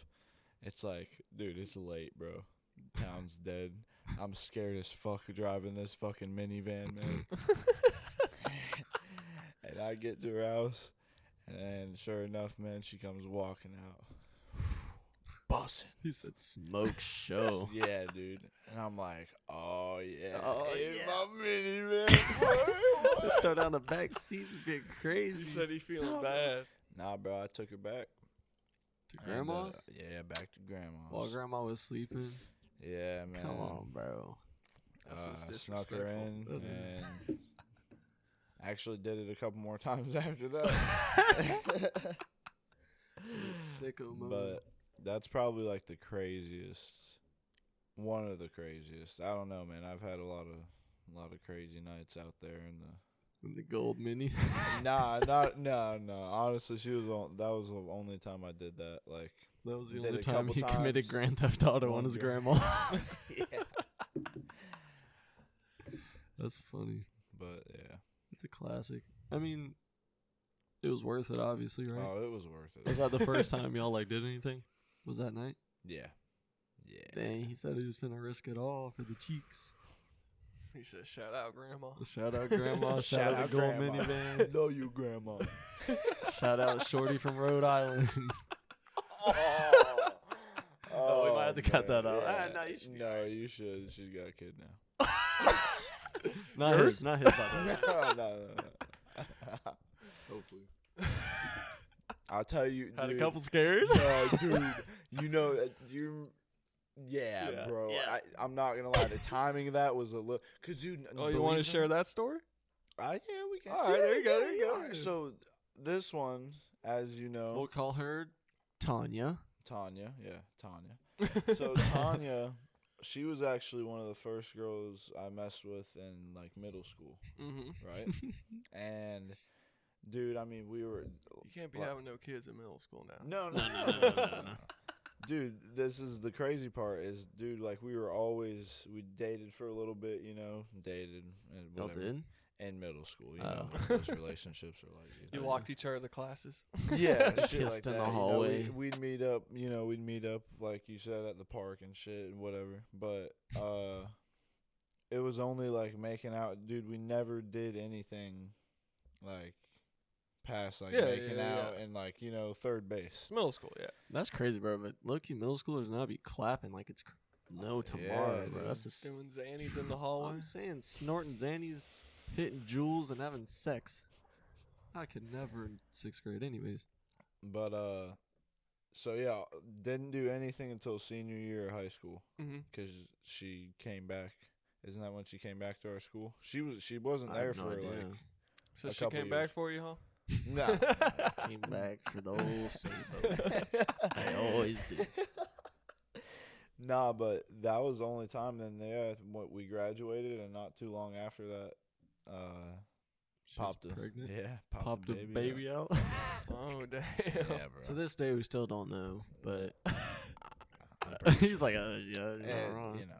Speaker 3: It's like, dude, it's late, bro. Town's dead. I'm scared as fuck driving this fucking minivan, man. and I get to her house, and sure enough, man, she comes walking out. Bussin'.
Speaker 2: He said sm-
Speaker 4: Smoke show.
Speaker 3: Yeah, dude. And I'm like, oh, yeah.
Speaker 4: Oh,
Speaker 3: in
Speaker 4: yeah.
Speaker 3: my minivan, bro.
Speaker 4: Throw down the back seats and get
Speaker 1: He
Speaker 4: crazy.
Speaker 1: said he's feeling bad.
Speaker 3: Nah, bro, I took her back.
Speaker 2: to
Speaker 3: And, uh,
Speaker 2: grandma's?
Speaker 3: yeah, back to grandma's.
Speaker 2: While grandma was sleeping.
Speaker 3: yeah, man.
Speaker 4: Come on, bro.
Speaker 3: Uh,
Speaker 1: That's just
Speaker 3: I snuck her in
Speaker 2: disrespectful.
Speaker 3: and actually did it a couple more times after that.
Speaker 2: Sicko mode.
Speaker 3: but that's probably like the craziest, one of the craziest. I don't know, man. I've had a lot of, a lot of crazy nights out there in the
Speaker 2: And the gold mini.
Speaker 3: nah, not no, no. Honestly, she was on. That was the only time I did that. Like,
Speaker 2: That was the
Speaker 3: Did
Speaker 2: only
Speaker 3: a
Speaker 2: time
Speaker 3: couple
Speaker 2: he committed
Speaker 3: times.
Speaker 2: Grand Theft Auto
Speaker 3: One
Speaker 2: on his
Speaker 3: girl.
Speaker 2: grandma. That's funny.
Speaker 3: but yeah.
Speaker 2: It's a classic. I mean, it was worth it, obviously, right?
Speaker 3: Oh, it was worth it.
Speaker 2: Was that the first time y'all like did anything? Was that night?
Speaker 3: Yeah, yeah.
Speaker 2: Dang, he said he was finna risk it all for the cheeks.
Speaker 1: He said, "Shout out, Grandma."
Speaker 2: Shout out grandma, shout, out, the gold minivan,
Speaker 3: Know you, grandma.
Speaker 2: shout out Shorty from Rhode Island.
Speaker 3: oh,
Speaker 2: Oh, we might have to cut that out. Ah,
Speaker 3: no, you should. She's got a kid now.
Speaker 2: not his, not his by the way.
Speaker 3: no, no, no. no. Hopefully. I'll tell you.
Speaker 2: Had a
Speaker 3: dude,
Speaker 2: couple scares.
Speaker 3: No, dude, you know, uh, you. Yeah,
Speaker 2: Yeah.
Speaker 3: bro. I, I'm not gonna lie. The timing of that was a little. Cause you.
Speaker 1: Oh, you want to
Speaker 3: believe me?
Speaker 1: share that story?
Speaker 3: Uh, yeah, we can.
Speaker 1: All right,
Speaker 3: yeah,
Speaker 1: there you go,
Speaker 3: yeah,
Speaker 1: there you
Speaker 3: yeah.
Speaker 1: go.
Speaker 3: All right, So this one, as you know,
Speaker 4: We'll call her Tanya.
Speaker 3: Tanya, yeah, Tanya. so Tanya, she was actually one of the first girls I messed with in like middle school,
Speaker 1: Mm-hmm.
Speaker 3: right? and dude, I mean, we were
Speaker 1: You can't be
Speaker 3: Well-
Speaker 1: having no kids in middle school now.
Speaker 3: no, no,
Speaker 4: No, no, no, no, no, no.
Speaker 3: Dude, this is the crazy part is, dude, like we were always we dated for a little bit, you know, dated and
Speaker 4: Y'all
Speaker 3: whatever,
Speaker 4: did?
Speaker 3: in middle school, you know,
Speaker 4: Oh.
Speaker 3: what those relationships are like.
Speaker 1: You
Speaker 3: know.
Speaker 1: walked each other to classes.
Speaker 3: yeah, shit like
Speaker 4: Kissed in the
Speaker 3: that, you know,
Speaker 4: hallway.
Speaker 3: we, we'd meet up, you know, we'd meet up like you said at the park and shit and whatever. But uh, it was only like making out, dude. We never did anything like past like
Speaker 1: Yeah,
Speaker 3: making
Speaker 1: yeah,
Speaker 3: out and like you know third base.
Speaker 1: It's middle school, yeah.
Speaker 4: That's crazy, bro. But low key middle schoolers now be clapping like it's cr- no tomorrow,
Speaker 3: Yeah,
Speaker 4: bro.
Speaker 3: dude.
Speaker 4: That's just
Speaker 1: Doing zannies in the hallway.
Speaker 4: I'm saying snorting zannies, hitting jewels, and having sex. I could never in sixth grade, anyways.
Speaker 3: But uh, so yeah, didn't do anything until senior year of high school.
Speaker 1: Mm-hmm.
Speaker 3: because she came back. Isn't that when she came back to our school? She was she wasn't
Speaker 4: I
Speaker 3: there
Speaker 4: have
Speaker 3: for
Speaker 4: no idea.
Speaker 3: like
Speaker 1: So
Speaker 3: A
Speaker 1: she
Speaker 3: couple
Speaker 1: came back
Speaker 3: years.
Speaker 1: for you, huh?
Speaker 3: no.
Speaker 4: Came back for the old save. I always do.
Speaker 3: Nah, but that was the only time. Then there, what we graduated, and not too long after that, uh,
Speaker 4: She was
Speaker 3: popped a
Speaker 4: pregnant.
Speaker 3: yeah, popped,
Speaker 4: Popped a
Speaker 3: out.
Speaker 4: baby out.
Speaker 1: oh damn.
Speaker 3: Yeah, bro.
Speaker 4: to this day, we still don't know, but
Speaker 3: I'm pretty
Speaker 4: he's like, uh, yeah, you're not
Speaker 3: and,
Speaker 4: wrong.
Speaker 3: you know,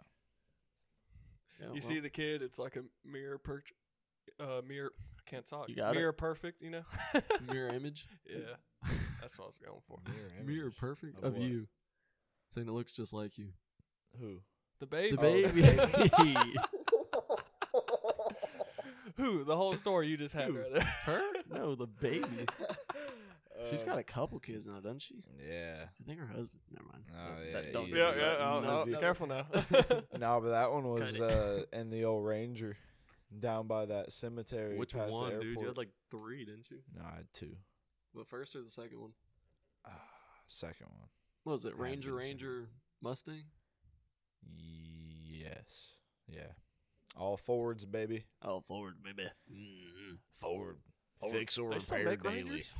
Speaker 4: Yeah,
Speaker 1: You
Speaker 4: well,
Speaker 1: see the kid? It's like a mirror perch. Uh, mirror. I can't talk.
Speaker 4: You got it.
Speaker 1: mirror perfect. You know.
Speaker 4: mirror image,
Speaker 1: yeah, that's what I was going for.
Speaker 3: mirror image.
Speaker 4: mirror perfect
Speaker 3: Of
Speaker 4: of,
Speaker 3: what?
Speaker 4: you, saying it looks just like you.
Speaker 3: Who?
Speaker 1: The baby.
Speaker 4: The
Speaker 3: Oh,
Speaker 4: baby.
Speaker 1: Who? The whole story you just had
Speaker 4: Who?
Speaker 1: right there.
Speaker 4: Her? No, the baby. She's
Speaker 3: Uh,
Speaker 4: got a couple kids now, doesn't she?
Speaker 3: Yeah.
Speaker 4: I think her husband. Never mind.
Speaker 3: Oh,
Speaker 4: That-
Speaker 3: yeah,
Speaker 4: that don't
Speaker 3: yeah,
Speaker 4: need
Speaker 3: yeah,
Speaker 4: to be
Speaker 3: yeah,
Speaker 4: that
Speaker 3: I'll-
Speaker 4: nosy.
Speaker 3: I'll-
Speaker 1: uh, careful now.
Speaker 3: No, but that one was
Speaker 4: it.
Speaker 3: uh, in the old Ranger, down by that cemetery.
Speaker 2: Which
Speaker 3: past the
Speaker 2: one, dude? You
Speaker 3: airport.
Speaker 2: had like three, didn't you?
Speaker 3: No, I had two.
Speaker 4: The first or the second one?
Speaker 3: Ah, second one.
Speaker 4: What was it?
Speaker 3: I'd
Speaker 4: Ranger,
Speaker 3: be the second.
Speaker 4: Ranger, Mustang?
Speaker 3: Yes. Yeah. All forwards, baby.
Speaker 4: Oh, forward, baby. Mm-hmm.
Speaker 3: Forward.
Speaker 4: Forward.
Speaker 3: Fix or
Speaker 1: They still
Speaker 3: repair
Speaker 1: make
Speaker 3: daily.
Speaker 1: Rangers?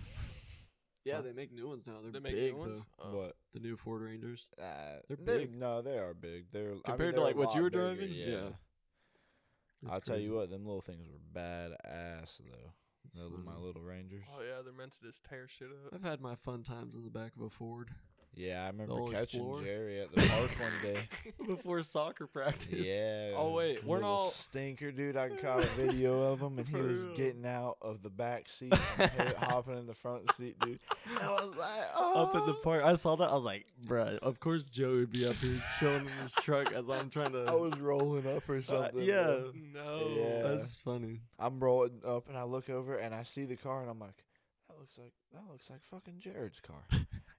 Speaker 4: Yeah,
Speaker 1: Huh?
Speaker 4: they make new ones now. They're
Speaker 1: they make
Speaker 4: big,
Speaker 1: new ones.
Speaker 4: though.
Speaker 1: Oh.
Speaker 3: What?
Speaker 4: The new Ford Rangers.
Speaker 3: Uh,
Speaker 4: They're
Speaker 3: they-
Speaker 4: big.
Speaker 3: No, they are big. They're I mean,
Speaker 4: Compared to,
Speaker 3: they're a
Speaker 4: like, what you
Speaker 3: lot
Speaker 4: were
Speaker 3: bigger,
Speaker 4: driving?
Speaker 3: Yeah.
Speaker 4: Yeah.
Speaker 3: I'll tell you what, them little things were badass though. Those were my little Rangers.
Speaker 1: Oh yeah, they're meant to just tear shit up.
Speaker 4: I've had my fun times in the back of a Ford
Speaker 3: Yeah, I remember
Speaker 4: old
Speaker 3: catching
Speaker 4: Explorer?
Speaker 3: Jerry at the park one day.
Speaker 4: before soccer practice.
Speaker 3: Yeah.
Speaker 1: Oh, wait, we're
Speaker 3: little
Speaker 1: not-
Speaker 3: stinker, dude. I caught a video of him, and he
Speaker 1: For
Speaker 3: was
Speaker 1: real.
Speaker 3: getting out of the back seat, and hit- hopping in the front seat, dude. And I was like, oh.
Speaker 4: Up at the park, I saw that. I was like, "Bruh, of course Joe would be up here chilling in his truck as I'm trying to."
Speaker 3: I was rolling up or
Speaker 4: Uh,
Speaker 3: something.
Speaker 4: yeah,
Speaker 3: bro.
Speaker 1: No.
Speaker 3: Yeah.
Speaker 4: that's funny.
Speaker 3: I'm rolling up, and I look over, and I see the car, and I'm like, that looks like that looks like fucking Jared's car.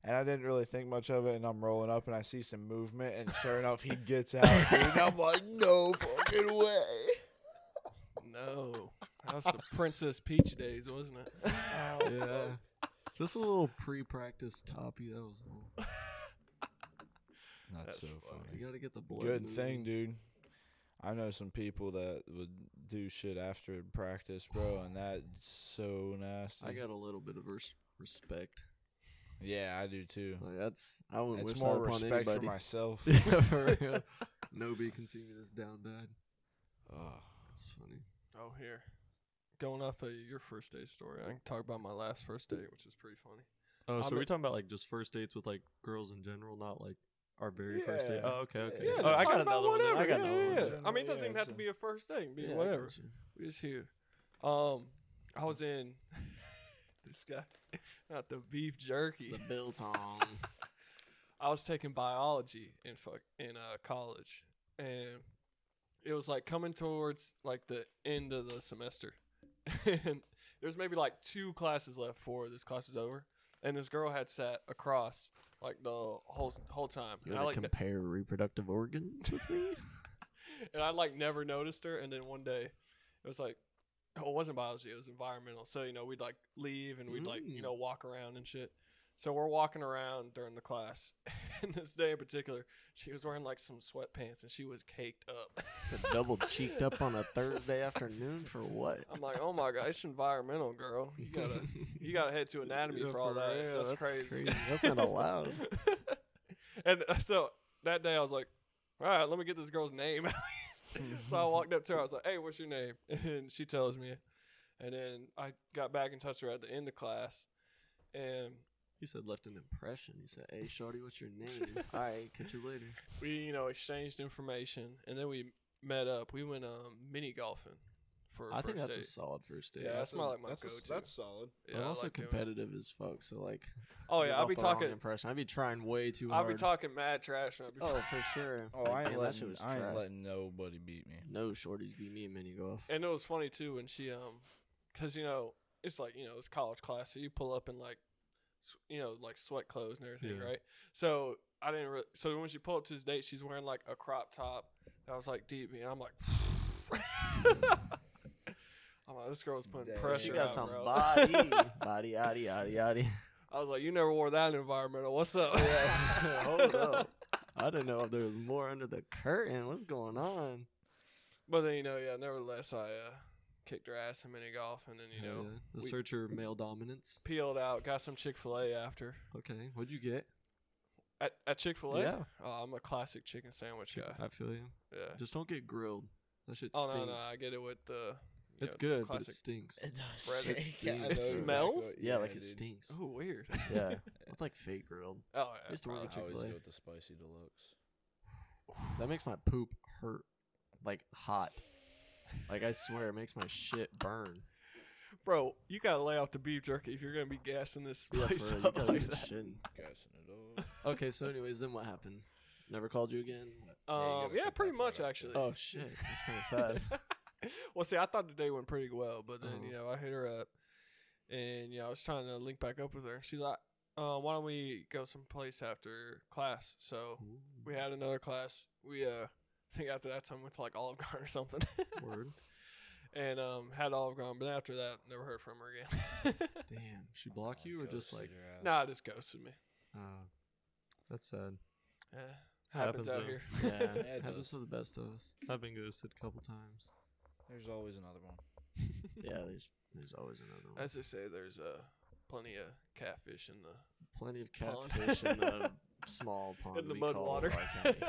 Speaker 3: and I didn't really think much of it, and I'm rolling up, and I see some movement, and sure enough, he gets out, dude. And I'm like, no fucking way.
Speaker 1: No. That was the Princess Peach days, wasn't it?
Speaker 4: Yeah, just a little pre-practice toppy. That was all.
Speaker 3: That's,
Speaker 1: That's
Speaker 3: so
Speaker 1: funny.
Speaker 3: funny.
Speaker 4: You gotta get the blood.
Speaker 3: Good
Speaker 4: moving.
Speaker 3: thing, dude. I know some people that would do shit after practice, bro, and that's so nasty.
Speaker 4: I got a little bit of res- respect.
Speaker 3: yeah, I do too.
Speaker 4: Like that's I wouldn't
Speaker 3: It's
Speaker 4: wish
Speaker 3: more
Speaker 4: that upon
Speaker 3: respect for
Speaker 4: anybody.
Speaker 3: myself.
Speaker 4: yeah, for real. Nobody can see me this down bad.
Speaker 3: Ugh.
Speaker 4: That's funny.
Speaker 1: Oh, here. Going off of your first date story, I can talk about my last first date, which is pretty funny.
Speaker 2: Oh, so
Speaker 1: I'm
Speaker 2: we're
Speaker 1: a-
Speaker 2: talking about like just first dates with like girls in general, not like our very first date.
Speaker 3: Yeah.
Speaker 2: Oh, okay, okay.
Speaker 3: Yeah,
Speaker 2: oh,
Speaker 3: just
Speaker 2: I
Speaker 1: talk
Speaker 2: got
Speaker 1: about
Speaker 2: another one. then. I
Speaker 1: whatever,
Speaker 2: got
Speaker 1: yeah,
Speaker 2: another
Speaker 1: yeah,
Speaker 2: one.
Speaker 1: yeah.
Speaker 3: then.
Speaker 1: I mean, it doesn't
Speaker 3: Yeah,
Speaker 1: even have to
Speaker 3: so-
Speaker 1: be a first date. It can Be
Speaker 4: Yeah, I
Speaker 1: whatever.
Speaker 4: got you.
Speaker 1: We just here. Um, I was in this guy, not the beef jerky.
Speaker 4: The biltong.
Speaker 1: I was taking biology in fuck in uh, college, and it was like coming towards like the end of the semester, and there's maybe like two classes left before this class was over, and this girl had sat across like the whole whole time,
Speaker 4: You
Speaker 1: and I
Speaker 4: wanna
Speaker 1: like ne-
Speaker 4: compare reproductive organs with me?
Speaker 1: and I like never noticed her, and then one day it was like. Oh, it wasn't biology. It was environmental. So you know, we'd like leave and we'd like you
Speaker 4: Mm.
Speaker 1: know walk around and shit. So we're walking around during the class, and this day in particular, she was wearing like some sweatpants and she was caked up.
Speaker 4: It's a double cheeked up on a Thursday afternoon for what?
Speaker 1: I'm like, oh my god, it's environmental, girl. You gotta, you gotta head to anatomy
Speaker 2: Yeah,
Speaker 1: for all
Speaker 2: for
Speaker 1: that.
Speaker 2: real,
Speaker 1: That's,
Speaker 2: that's
Speaker 1: crazy.
Speaker 2: crazy.
Speaker 4: That's not allowed.
Speaker 1: and uh, so that day, I was like, all right, let me get this girl's name. at least." so I walked up to her. I was like, hey, what's your name? And she tells me. And then I got back in touch with her at the end of class, and
Speaker 2: He said left an impression. He said, "Hey, shorty, what's your name?
Speaker 4: All right.
Speaker 2: Catch you later."
Speaker 1: we you know exchanged information and then we met up we went um mini golfing for
Speaker 2: I
Speaker 1: first
Speaker 2: think that's a oh,
Speaker 1: date.
Speaker 2: solid first date.
Speaker 1: Yeah, that's my, like, my
Speaker 3: that's a-
Speaker 1: go-to.
Speaker 3: that's solid.
Speaker 1: Yeah, I
Speaker 2: I'm also
Speaker 1: like doing it.
Speaker 2: competitive as fuck, so like.
Speaker 1: oh
Speaker 2: give
Speaker 1: yeah i'll
Speaker 2: off
Speaker 1: be
Speaker 2: the wrong
Speaker 1: talking
Speaker 2: Impression. I'd be trying way too
Speaker 1: i'll
Speaker 2: hard.
Speaker 1: be talking mad trash and I'll be
Speaker 4: Oh, for sure.
Speaker 3: Oh,
Speaker 4: Like,
Speaker 3: I ain't,
Speaker 4: damn, that shit
Speaker 3: letting,
Speaker 4: was
Speaker 3: I ain't
Speaker 4: trash.
Speaker 3: letting nobody beat me.
Speaker 2: No shorties be me and mini golf.
Speaker 1: and it was funny too when she um because you know it's like you know it's college class so you pull up in like s- you know like sweat clothes and everything
Speaker 2: Yeah.
Speaker 1: right so i didn't re- so when she pulled up to this date she's wearing like a crop top that was like deep and i'm like I'm like, this girl's putting
Speaker 3: Damn.
Speaker 1: pressure
Speaker 4: She
Speaker 1: out,
Speaker 4: got some
Speaker 1: bro.
Speaker 4: body. body, yaddy, yaddy, yaddy.
Speaker 1: I was like, you never wore that in environmental. What's up?
Speaker 4: Hold up. I didn't know if there was more under the curtain. What's going on?
Speaker 1: But then you know, yeah. Nevertheless, I uh, kicked her ass in mini golf, and then you know,
Speaker 2: the
Speaker 1: we-
Speaker 2: searcher male dominance.
Speaker 1: peeled out, got some Chick Fil A after.
Speaker 2: Okay, what'd you get?
Speaker 1: At, at Chick Fil A,
Speaker 2: Yeah.
Speaker 1: Oh, I'm a classic chicken sandwich
Speaker 2: Chick-
Speaker 1: guy.
Speaker 2: I feel you.
Speaker 1: Yeah.
Speaker 2: Just don't get grilled. That shit
Speaker 1: oh
Speaker 2: stinks.
Speaker 1: no, no, I get it with the. you
Speaker 2: it's
Speaker 1: know,
Speaker 2: good, but it
Speaker 1: Classic.
Speaker 2: stinks.
Speaker 1: Bread
Speaker 2: it
Speaker 3: Yeah, I
Speaker 2: stinks.
Speaker 3: know
Speaker 1: It
Speaker 3: exactly
Speaker 1: smells?
Speaker 3: what-
Speaker 2: Yeah, like it
Speaker 3: dude.
Speaker 2: stinks.
Speaker 1: Oh, weird.
Speaker 4: Yeah. It's like fake grilled.
Speaker 1: oh
Speaker 2: I
Speaker 1: yeah.
Speaker 2: used to work
Speaker 1: probably.
Speaker 2: at
Speaker 3: I always
Speaker 2: Chick-fil-A.
Speaker 3: go with the spicy deluxe.
Speaker 4: That makes my poop hurt. Like hot. Like I swear it makes my shit burn.
Speaker 1: Bro, you gotta lay off the beef jerky if you're gonna be gassing this
Speaker 4: Yeah,
Speaker 1: place
Speaker 4: for real, you
Speaker 1: up
Speaker 4: gotta
Speaker 1: like
Speaker 4: get
Speaker 1: that.
Speaker 4: shitting.
Speaker 3: Gassing it up.
Speaker 2: Okay, so anyways, then what happened? Never called you again.
Speaker 3: you
Speaker 1: Um,
Speaker 3: gotta
Speaker 1: yeah,
Speaker 3: cut
Speaker 1: pretty
Speaker 3: that part
Speaker 1: much
Speaker 3: out,
Speaker 1: actually.
Speaker 2: Oh shit,
Speaker 4: It's kind of sad.
Speaker 1: well, see, I thought the day went pretty well, but then
Speaker 2: Oh.
Speaker 1: you know I hit her up, and yeah, I was trying to link back up with her. She's like, uh, "Why don't we go someplace after class?" So we had another class. We uh, I think after that time went to like Olive Garden or something,
Speaker 2: word.
Speaker 1: and um had Olive Garden. But after that, never heard from her again.
Speaker 2: Damn, she block
Speaker 3: Oh,
Speaker 2: you or just like?
Speaker 1: nah, just ghosted me.
Speaker 2: Uh, that's sad.
Speaker 1: Yeah, happens,
Speaker 2: Happens,
Speaker 1: out
Speaker 2: though.
Speaker 1: here.
Speaker 4: Yeah.
Speaker 3: it
Speaker 2: happens
Speaker 3: does.
Speaker 2: to the best of us. I've been ghosted a couple times.
Speaker 3: There's always another one.
Speaker 4: Yeah, there's there's always another one.
Speaker 1: As they say, there's uh plenty of catfish in the
Speaker 4: plenty of
Speaker 1: Pond.
Speaker 4: catfish in the small pond.
Speaker 1: in the
Speaker 4: we
Speaker 1: mud
Speaker 4: call
Speaker 1: water.
Speaker 4: our county.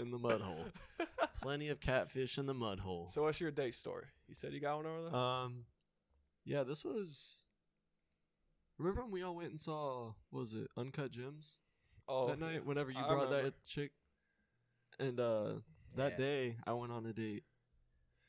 Speaker 4: in the mud hole. Plenty of catfish in the mud hole.
Speaker 1: so what's your date story? You said you got one
Speaker 4: Uh,
Speaker 1: over there.
Speaker 2: Um, yeah, this was. Remember when we all went and saw what was it Uncut Gems
Speaker 1: oh,
Speaker 2: that night? Whenever you
Speaker 1: I
Speaker 2: brought
Speaker 1: remember.
Speaker 2: that chick, and uh, that
Speaker 3: Yeah.
Speaker 2: day I went on a date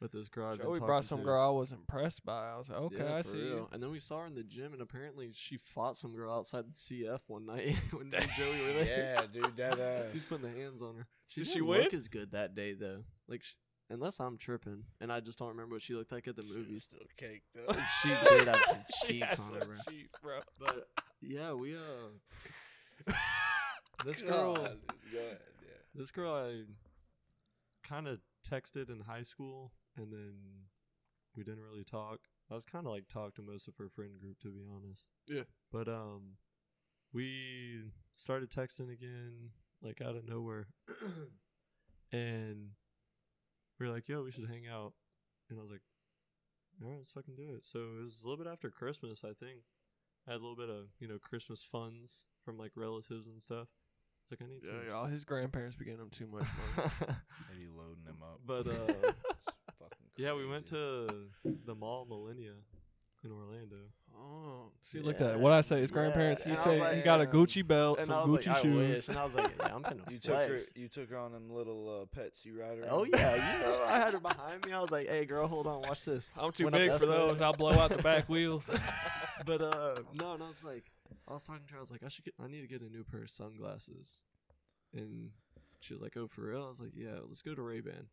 Speaker 2: with this girl. I'd been
Speaker 1: Joey
Speaker 2: talking
Speaker 1: brought some
Speaker 2: to.
Speaker 1: girl I was impressed by. I was like, okay,
Speaker 2: Yeah,
Speaker 1: I
Speaker 2: for
Speaker 1: see. you.
Speaker 2: real. And then we saw her in the gym, and apparently she fought some girl outside the CF one night when me and Joey were there.
Speaker 3: yeah, dude, that uh,
Speaker 2: She's putting the hands on her. She
Speaker 1: Did she
Speaker 2: didn't
Speaker 1: win?
Speaker 2: look as good that day though. Like, sh unless I'm tripping, and I just don't remember what she looked like at the movies.
Speaker 3: still caked up.
Speaker 4: She did have some
Speaker 1: She
Speaker 4: cheeks
Speaker 1: has
Speaker 4: on
Speaker 1: some
Speaker 4: her, bro.
Speaker 1: cheeks, bro.
Speaker 2: But yeah, we uh, this girl,
Speaker 3: God, dude, go ahead, yeah.
Speaker 2: this girl, I kind of texted in high school, and then we didn't really talk. I was kind of like talked to most of her friend group, to be honest.
Speaker 1: Yeah.
Speaker 2: But um, we started texting again, like out of nowhere, and we were like, "Yo, we should hang out," and I was like. All right, let's fucking do it. So it was a little bit after Christmas, I think. I had a little bit of you know Christmas funds from like relatives and stuff. It's like I need
Speaker 1: Yeah,
Speaker 2: some.
Speaker 1: y'all, his grandparents be getting him too much money.
Speaker 3: Maybe loading them up.
Speaker 2: But uh,
Speaker 3: It's fucking
Speaker 2: yeah, we went
Speaker 3: crazy.
Speaker 2: to the Mall Millennia in Orlando.
Speaker 1: oh, see, look at that. What
Speaker 4: Yeah,
Speaker 1: I say, his
Speaker 4: yeah.
Speaker 1: grandparents. He
Speaker 4: And I
Speaker 1: said
Speaker 4: was
Speaker 1: he
Speaker 4: like,
Speaker 1: got a
Speaker 4: um,
Speaker 1: Gucci belt,
Speaker 4: and
Speaker 1: some
Speaker 4: I was
Speaker 1: Gucci
Speaker 4: like, I
Speaker 1: shoes.
Speaker 4: wish. And I was like, yeah, I'm gonna
Speaker 3: You took her.
Speaker 4: flex.
Speaker 3: You took her on them little uh, pets you ride her.
Speaker 4: Oh
Speaker 3: on.
Speaker 4: yeah, you know, I had her behind me. I was like, hey girl, hold on, watch this.
Speaker 1: I'm too
Speaker 4: Went up
Speaker 1: big
Speaker 4: the
Speaker 1: for
Speaker 4: escalator.
Speaker 1: those. I'll blow out the back wheels.
Speaker 2: But uh, no, and I was like, I was talking to her. I was like, I should get. I need to get a new pair of sunglasses. And she was like, Oh, for real? I was like, Yeah, let's go to Ray Ban.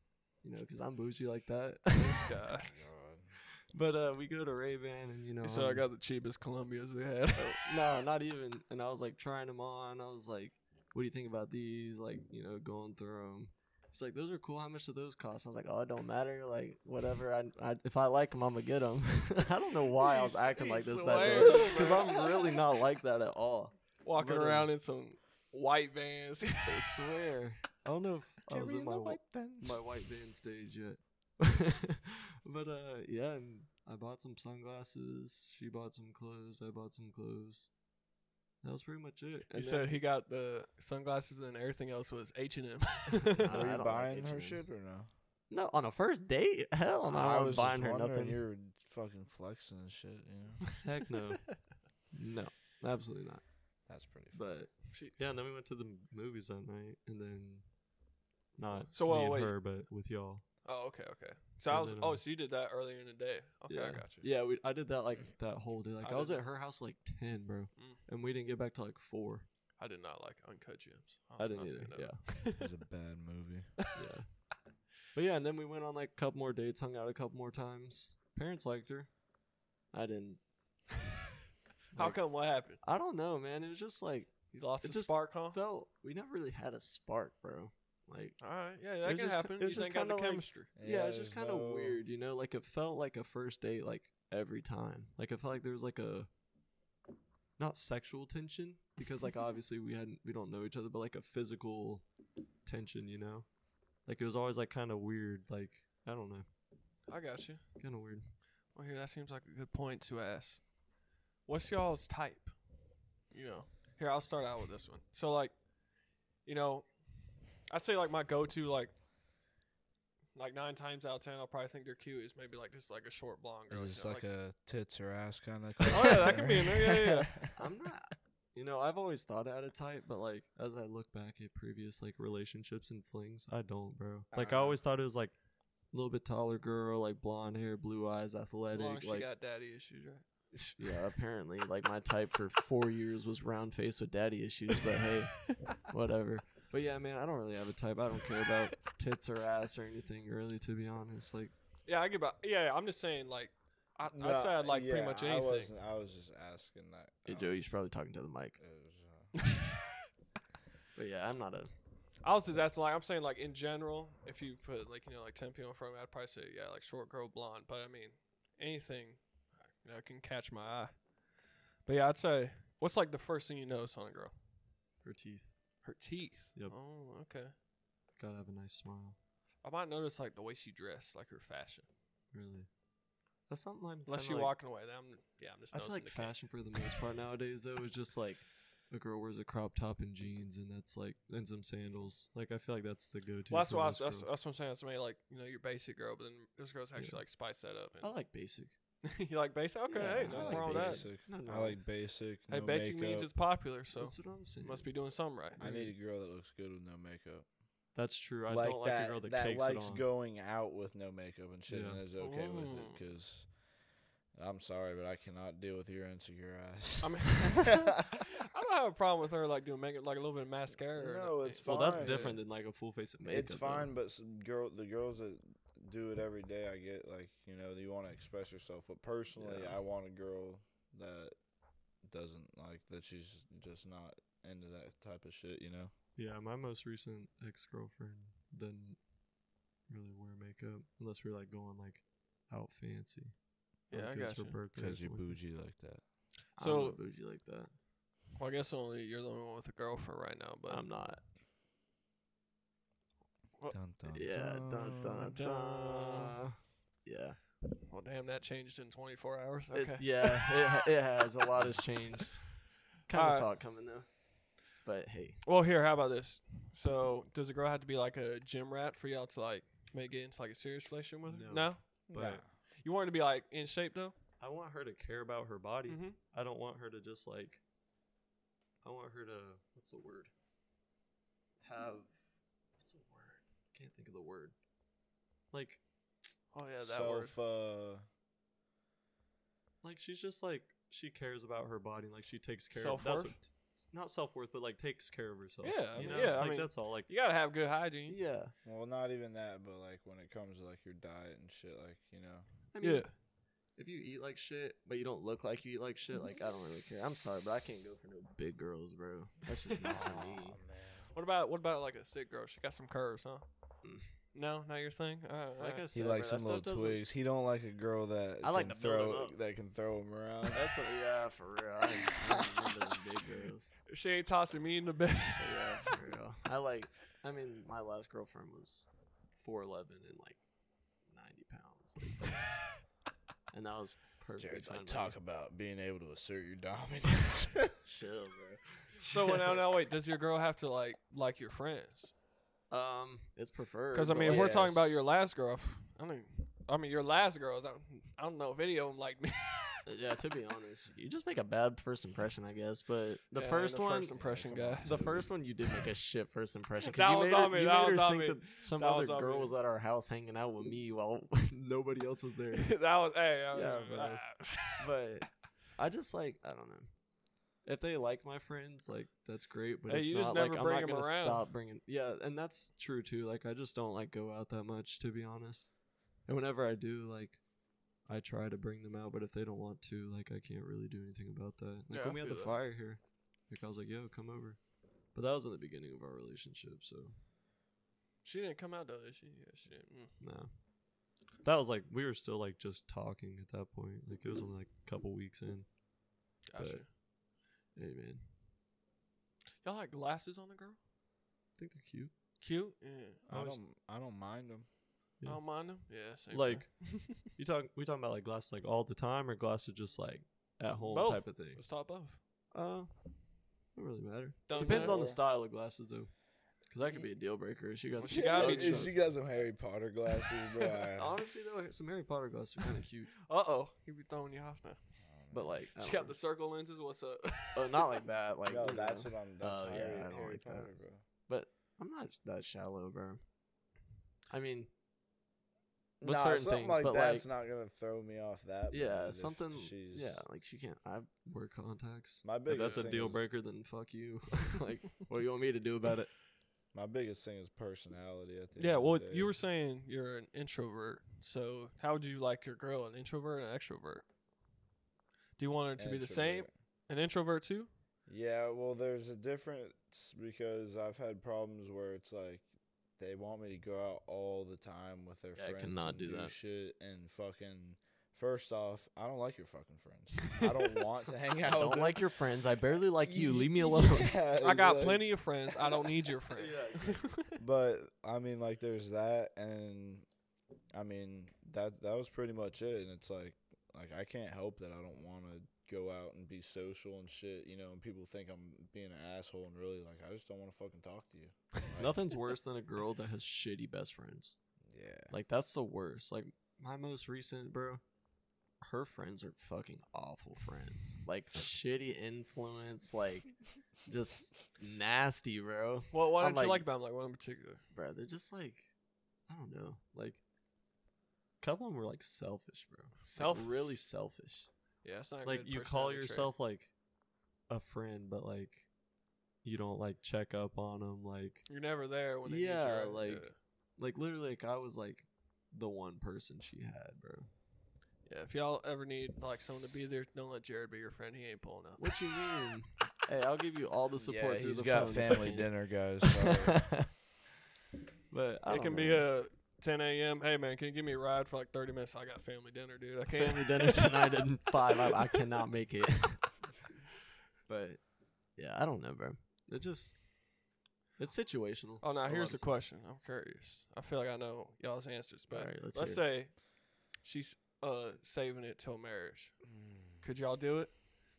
Speaker 2: You know, because I'm bougie like that.
Speaker 3: Oh,
Speaker 1: God.
Speaker 3: God.
Speaker 2: but uh, we go to Ray Ban, and you know,
Speaker 1: so I
Speaker 2: I'm-
Speaker 1: got the cheapest Columbias we had.
Speaker 2: no, not even. And I was like trying them on. I was like, "What do you think about these?" Like, you know, going through them.
Speaker 4: He's like, those are cool. How much do those cost? I was like, oh, it don't matter. Like, whatever. I, I if I like them, I'm gonna get them. I don't know why I was
Speaker 1: He's-
Speaker 4: acting
Speaker 1: he
Speaker 4: like this that day
Speaker 1: swears,
Speaker 4: because
Speaker 1: bro.
Speaker 4: I'm really not like that at all.
Speaker 1: Walking
Speaker 4: Literally.
Speaker 1: around in some white vans.
Speaker 4: I swear. I don't know if I was in my white my white van stage yet. but uh, yeah, and I bought some sunglasses. She bought some clothes. I bought some clothes. That was pretty much it.
Speaker 1: he
Speaker 4: And
Speaker 1: said
Speaker 4: then-
Speaker 1: he got the sunglasses and everything else was H and
Speaker 4: I
Speaker 1: M.
Speaker 2: Uh-huh.
Speaker 3: Were
Speaker 4: don't
Speaker 3: you
Speaker 4: like
Speaker 3: buying her
Speaker 4: H&M.
Speaker 3: shit or no?
Speaker 4: no on a first date. Hell no, I,
Speaker 3: just
Speaker 4: was buying her
Speaker 3: wondering,
Speaker 4: nothing.
Speaker 3: You were fucking flexing and shit. You know,
Speaker 4: Heck no, no, absolutely not.
Speaker 3: that's pretty.
Speaker 4: But
Speaker 2: Yeah, and then we went to the m- movies that night, and then not
Speaker 1: So,
Speaker 2: me
Speaker 1: uh,
Speaker 2: and
Speaker 1: wait.
Speaker 2: her, but with y'all.
Speaker 1: Oh, okay, okay. So I
Speaker 2: And
Speaker 1: was.
Speaker 2: then,
Speaker 1: Oh,
Speaker 2: uh,
Speaker 1: so you did that earlier in the day. Okay, I got you.
Speaker 2: Yeah, we I did that like that whole day. Like
Speaker 1: I
Speaker 2: I, was
Speaker 1: did-
Speaker 2: at her house like ten, bro,
Speaker 1: Mm.
Speaker 2: and we didn't get back till like four.
Speaker 1: I did not like Uncut Gems.
Speaker 2: I
Speaker 1: was
Speaker 2: didn't
Speaker 1: not a
Speaker 2: either.
Speaker 1: fan of
Speaker 2: Yeah,
Speaker 1: it.
Speaker 3: It was a bad movie.
Speaker 2: yeah. But yeah, and then we went on like a couple more dates, hung out a couple more times. Parents liked her. I didn't.
Speaker 1: How
Speaker 2: Like-
Speaker 1: come? What happened?
Speaker 2: I don't know, man. It was just like
Speaker 1: You lost
Speaker 2: it
Speaker 1: the
Speaker 2: just
Speaker 1: spark, huh?
Speaker 2: felt we never really had a spark, bro. Like
Speaker 1: All right. Yeah,
Speaker 2: It
Speaker 1: that
Speaker 2: was
Speaker 1: can
Speaker 2: just ki-
Speaker 1: happen.
Speaker 2: it was
Speaker 1: You
Speaker 2: just
Speaker 1: ain't got the
Speaker 2: kinda like-
Speaker 1: chemistry.
Speaker 2: yeah, it's
Speaker 3: there's
Speaker 2: just kind of
Speaker 3: no-
Speaker 2: weird, you know. Like it felt like a first date, like every time. Like I felt like there was like a not sexual tension because like obviously we hadn't we don't know each other, but like a physical tension, you know. Like it was always like kind of weird. Like I don't know,
Speaker 1: I got you.
Speaker 2: kind of weird.
Speaker 1: Well, here that seems like a good point to ask. What's y'all's type? You know, here I'll start out with this one. So like, you know, I say like my go-to like, like nine times out of ten, I'll probably think they're cute. Is maybe like just like a short blonde girl. you
Speaker 3: Is this
Speaker 1: know,
Speaker 3: like, a tits or ass kind of?
Speaker 1: Oh, yeah, that could be in there, yeah, yeah,
Speaker 2: I'm not. You know, I've always thought I had a type, but like as I look back at previous like relationships and flings, I don't, bro. Like I
Speaker 3: Uh.
Speaker 2: always thought it was like a little bit taller girl, like blonde hair, blue eyes, athletic.
Speaker 1: long as she
Speaker 2: like
Speaker 1: got daddy issues, right?
Speaker 4: yeah, apparently, like my type for four years was round face with daddy issues. But hey, whatever.
Speaker 2: But yeah, man, I don't really have a type. I don't care about tits or ass or anything really, to be honest. Like
Speaker 1: Yeah, I get about. Yeah, yeah, I'm just saying like, I, I
Speaker 3: No,
Speaker 1: say I like pretty
Speaker 3: yeah,
Speaker 1: much
Speaker 3: I,
Speaker 1: anything.
Speaker 3: wasn't- I was just asking that.
Speaker 4: Hey,
Speaker 3: I
Speaker 4: Joe, you
Speaker 3: was-
Speaker 4: should probably talking to the mic.
Speaker 3: it was, uh,
Speaker 4: But yeah, I'm not a.
Speaker 1: I was just asking, like, I'm saying, like, in general, if you put, like, you know, like 10 people in front of me, I'd probably say, yeah, like, short girl, blonde. But I mean, anything that can catch my eye. But yeah, I'd say, what's like the first thing you notice on a girl?
Speaker 2: her teeth.
Speaker 1: Her teeth.
Speaker 2: Yep.
Speaker 1: Oh, okay.
Speaker 2: Gotta have a nice smile.
Speaker 1: I might notice, like, the way she dressed, like, her fashion.
Speaker 2: Really. That's something I'm
Speaker 1: Unless
Speaker 2: kinda
Speaker 1: you're
Speaker 2: like-
Speaker 1: walking away. Then I'm, yeah, I'm just
Speaker 2: I feel
Speaker 1: noticing
Speaker 2: like
Speaker 1: the fashion.
Speaker 2: fashion for the most part nowadays though is just like a girl wears a crop top and jeans and that's like and some sandals. Like I feel like that's the go to.
Speaker 1: Well, that's what, I was, that's, that's what I'm saying. That's maybe, like, you know, your basic girl, but then this girl's actually,
Speaker 2: Yeah.
Speaker 1: like, spice that up.
Speaker 2: I
Speaker 1: And
Speaker 2: like basic.
Speaker 1: you like basic? Okay,
Speaker 4: Yeah,
Speaker 1: hey,
Speaker 4: I
Speaker 1: nothing
Speaker 4: like
Speaker 1: wrong with that.
Speaker 3: basic.
Speaker 4: No, no.
Speaker 3: I like basic.
Speaker 1: Hey,
Speaker 3: no
Speaker 1: basic means
Speaker 3: makeup.
Speaker 1: it's popular, so
Speaker 2: that's what I'm saying.
Speaker 1: must be doing something right.
Speaker 3: I need a girl that looks good with no makeup.
Speaker 2: That's true. I don't like a girl that, cakes
Speaker 3: likes
Speaker 2: it on.
Speaker 3: going out with no makeup and shit
Speaker 2: Yeah.
Speaker 3: and is okay with it
Speaker 1: Ooh.
Speaker 3: because I'm sorry, but I cannot deal with your insecure eyes.
Speaker 1: I mean, I don't have a problem with her like doing makeup, like a little bit of mascara. or
Speaker 3: No,
Speaker 1: nothing.
Speaker 3: it's
Speaker 2: well,
Speaker 3: fine.
Speaker 2: that's different than like a full face of makeup.
Speaker 3: it's
Speaker 2: though.
Speaker 3: fine, but s girl, the girls that do it every day, I get like you know you want to express yourself, but personally,
Speaker 2: Yeah.
Speaker 3: I want a girl that doesn't like that. She's just not into that type of shit, you know.
Speaker 2: Yeah, my most recent ex girlfriend didn't really wear makeup unless we were like going like out fancy.
Speaker 1: Yeah,
Speaker 2: like
Speaker 1: I
Speaker 2: it was
Speaker 1: gotcha.
Speaker 2: her birthday. or
Speaker 3: Because you
Speaker 2: something like
Speaker 3: bougie like that.
Speaker 1: So-
Speaker 4: I'm not bougie like that.
Speaker 1: Well, I guess only you're the only one with a girlfriend right now, but
Speaker 4: I'm not.
Speaker 3: Dun, dun,
Speaker 4: Yeah, dun dun dun.
Speaker 1: Dun.
Speaker 4: Yeah,
Speaker 1: well, damn, that changed in 24 hours.
Speaker 4: It's-
Speaker 1: Okay.
Speaker 4: yeah, it, ha- it has a lot has changed. Kind of
Speaker 1: Alright.
Speaker 4: saw it coming though. But hey,
Speaker 1: Well, here, how about this? So, does a girl have to be like a gym rat for y'all to like make it into like a serious relationship with her?
Speaker 2: No.
Speaker 1: No.
Speaker 2: But
Speaker 3: Nah.
Speaker 1: You want her to be like in shape though.
Speaker 2: I want her to care about her body.
Speaker 1: Mm-hmm.
Speaker 2: I don't want her to just like. I want her to what's the word? Have what's the word? Can't think of the word. Like
Speaker 1: Oh yeah, that word.
Speaker 3: Self, uh,
Speaker 2: like she's just like she cares about her body. Like she takes care. of
Speaker 1: Self-worth?
Speaker 2: That's what, not self worth, but like takes care of herself.
Speaker 1: Yeah, I
Speaker 2: you
Speaker 1: mean,
Speaker 2: know?
Speaker 1: yeah, I
Speaker 2: Like
Speaker 1: mean,
Speaker 2: that's all. Like
Speaker 1: You gotta have good hygiene.
Speaker 4: yeah,
Speaker 3: well, not even that, but like when it comes to like your diet and shit, like you know,
Speaker 2: I mean,
Speaker 1: Yeah.
Speaker 4: if you eat like shit, but you don't look like you eat like shit, like I don't really care. I'm sorry, but I can't go for no big girls, bro. That's just not for me.
Speaker 1: What about what about like a sick girl? She got some curves, huh? No, not your thing. Uh,
Speaker 2: Like I
Speaker 1: alright.
Speaker 2: said,
Speaker 3: he likes
Speaker 2: bro, that
Speaker 3: some little
Speaker 2: stuff doesn't-
Speaker 3: twigs. He don't like a girl that
Speaker 4: I like
Speaker 3: can
Speaker 4: to build
Speaker 3: throw
Speaker 4: 'em up.
Speaker 3: that can throw him around.
Speaker 4: That's what, yeah, for real. I, I remember those big girls.
Speaker 1: she ain't tossing me in the bed.
Speaker 4: Yeah, for real. I like. I mean, my last girlfriend was four eleven and like ninety pounds, like that's, and that was perfect.
Speaker 3: Jared's
Speaker 4: time
Speaker 3: like,
Speaker 4: to
Speaker 3: talk about being able to assert your dominance.
Speaker 4: chill, bro.
Speaker 1: so well, now, now, wait. Does your girl have to like like your friends?
Speaker 4: Um, it's preferred.
Speaker 1: Because I
Speaker 4: but,
Speaker 1: mean, if
Speaker 4: like,
Speaker 1: we're talking about
Speaker 3: Yes.
Speaker 1: your last girl, I mean, I mean your last girls. I don't, I don't know if any of them like me.
Speaker 4: uh, yeah, to be honest, you just make a bad first impression, I guess. But
Speaker 1: Yeah,
Speaker 4: the
Speaker 1: I ain't
Speaker 4: first
Speaker 1: a
Speaker 4: one,
Speaker 1: first impression guy.
Speaker 4: the first one, you did make a shit first impression. 'cause
Speaker 1: That
Speaker 4: you
Speaker 1: was
Speaker 4: made her,
Speaker 1: on me,
Speaker 4: You
Speaker 1: that
Speaker 4: made
Speaker 1: was
Speaker 4: her
Speaker 1: on
Speaker 4: think
Speaker 1: me,
Speaker 4: that some
Speaker 1: that
Speaker 4: other
Speaker 1: was on
Speaker 4: girl
Speaker 1: me.
Speaker 4: was at our house hanging out with me while nobody else was there.
Speaker 1: that was hey. I was-
Speaker 2: Yeah, bro.
Speaker 1: ah.
Speaker 2: But
Speaker 4: I just like I don't know.
Speaker 2: if they like my friends, like that's great. But
Speaker 1: Hey,
Speaker 2: if
Speaker 1: you
Speaker 2: not,
Speaker 1: just
Speaker 2: like
Speaker 1: never
Speaker 2: I'm
Speaker 1: bring
Speaker 2: not
Speaker 1: 'em
Speaker 2: gonna
Speaker 1: around.
Speaker 2: stop bringing. Yeah, and that's true too. Like I just don't like go out that much, to be honest. And whenever I do, like I try to bring them out, but if they don't want to, like I can't really do anything about that. Like
Speaker 1: Yeah, I
Speaker 2: when we had
Speaker 1: feel
Speaker 2: the
Speaker 1: that.
Speaker 2: fire here, like I was like, "Yo, come over," but that was in the beginning of our relationship, so
Speaker 1: she didn't come out though, did she? Yeah, she didn't. Mm.
Speaker 2: no. That was like we were still like just talking at that point. Like it was only like a couple weeks in.
Speaker 1: Gotcha.
Speaker 2: But- Hey man,
Speaker 1: Y'all like glasses on the girl?
Speaker 2: I think they're cute.
Speaker 1: Cute. Yeah.
Speaker 3: I
Speaker 2: Always-
Speaker 3: don't. I don't mind him.
Speaker 1: I
Speaker 2: Yeah.
Speaker 1: don't mind them. Yeah. Same
Speaker 2: Like,
Speaker 1: thing.
Speaker 2: You talk we talking about like glasses like all the time or glasses just like at home
Speaker 1: Both.
Speaker 2: type of thing.
Speaker 1: let's talk both.
Speaker 2: Uh don't really matter.
Speaker 1: Don't
Speaker 2: Depends on
Speaker 1: matter.
Speaker 2: the style of glasses though. Cuz that could be a deal breaker. She got
Speaker 1: She
Speaker 2: some
Speaker 1: gotta be
Speaker 2: luxury
Speaker 1: chill.
Speaker 3: she got some Harry Potter glasses, bro. I-
Speaker 2: Honestly though, some Harry Potter glasses are kind of cute,
Speaker 1: Uh oh, he be throwing you off now.
Speaker 2: but like I
Speaker 1: She
Speaker 2: don't
Speaker 1: got the circle lenses. What's up?
Speaker 4: Oh, not like that. Like
Speaker 3: no,
Speaker 4: you
Speaker 3: that's
Speaker 4: know.
Speaker 3: what I'm. That's
Speaker 4: Oh, yeah,
Speaker 3: Harry,
Speaker 4: I don't
Speaker 3: Harry
Speaker 4: like that.
Speaker 3: Potter, bro.
Speaker 4: But I'm not that shallow, bro. I mean, with
Speaker 3: Nah,
Speaker 4: certain
Speaker 3: something
Speaker 4: things,
Speaker 3: like
Speaker 4: but like,
Speaker 3: that's not gonna throw me off that. bad
Speaker 4: yeah,
Speaker 3: if
Speaker 4: something.
Speaker 3: She's,
Speaker 4: Yeah, like she can't. I
Speaker 2: know. wear contacts.
Speaker 3: My
Speaker 2: If
Speaker 3: biggest
Speaker 2: that's a
Speaker 3: thing
Speaker 2: deal
Speaker 3: is-
Speaker 2: breaker then fuck you.
Speaker 4: like, what do you want me to do about it?
Speaker 3: My biggest thing is personality. At the
Speaker 1: yeah.
Speaker 3: end of
Speaker 1: Well,
Speaker 3: the
Speaker 1: you
Speaker 3: day.
Speaker 1: were saying you're an introvert. So how would you like your girl, an introvert and an extrovert? Do you want her to be the same,
Speaker 3: Extrovert.
Speaker 1: an introvert too?
Speaker 3: Yeah, well, there's a difference because I've had problems where it's like they want me to go out all the time with their
Speaker 4: Yeah, I
Speaker 3: friends
Speaker 4: cannot
Speaker 3: and
Speaker 4: do that.
Speaker 3: shit and fucking. First off, I don't like your fucking friends. I don't want to hang out.
Speaker 4: I
Speaker 3: with
Speaker 4: don't
Speaker 3: them.
Speaker 4: like your friends. I barely like you.
Speaker 3: Ye-
Speaker 4: Leave me alone.
Speaker 2: Uh,
Speaker 3: yeah,
Speaker 1: I got
Speaker 3: like-
Speaker 1: plenty of friends. I don't need your friends.
Speaker 3: But I mean, like, there's that, and I mean that that was pretty much it. And it's like, like I can't help that I don't want to go out and be social and shit, you know. And people think I'm being an asshole, and really, like, I just don't want to fucking talk to you. Like,
Speaker 2: Nothing's worse than a girl that has shitty best friends.
Speaker 3: Yeah.
Speaker 2: Like that's the worst. Like my most recent bro,
Speaker 4: Her friends are fucking awful friends. Like shitty influence. Like just nasty, bro.
Speaker 1: well, what
Speaker 4: I'm
Speaker 1: did you
Speaker 4: like-
Speaker 1: like about him? Like one in particular?
Speaker 4: Bro, they're just like, I don't know.
Speaker 2: like a couple of them were like selfish, bro.
Speaker 1: Self.
Speaker 2: really selfish.
Speaker 1: Yeah, that's not a
Speaker 2: Like
Speaker 1: good
Speaker 2: you call
Speaker 1: personality trait.
Speaker 2: yourself like a friend, but like you don't like check up on them. Like
Speaker 1: You're never there when they need you,
Speaker 2: Yeah,
Speaker 1: right?
Speaker 2: like- like literally, like I was like the one person she had, bro.
Speaker 1: yeah. yeah. If y'all ever need like someone to be there, don't let Jared be your friend. He ain't pulling up.
Speaker 2: What you mean? hey, I'll give you all the support
Speaker 3: yeah,
Speaker 2: through
Speaker 3: he's
Speaker 2: the
Speaker 3: got
Speaker 2: phone.
Speaker 3: family
Speaker 2: fucking-
Speaker 3: dinner, guys. sorry.
Speaker 2: but I
Speaker 1: it
Speaker 2: don't
Speaker 1: can be
Speaker 2: know.
Speaker 1: a 10 a.m. Hey man, can you give me a ride for like 30 minutes? I got family dinner, dude. I can't.
Speaker 2: Family
Speaker 4: dinner tonight at five. I, I cannot make it.
Speaker 2: but
Speaker 4: Yeah, I don't know, bro.
Speaker 2: it just it's situational.
Speaker 1: Oh, now
Speaker 2: a
Speaker 1: here's
Speaker 2: lot
Speaker 1: the
Speaker 2: of-
Speaker 1: question. I'm curious. I feel like I know y'all's answers, but
Speaker 4: All right, let's,
Speaker 1: let's,
Speaker 4: hear it.
Speaker 1: say she's uh saving it till marriage. Could y'all do it?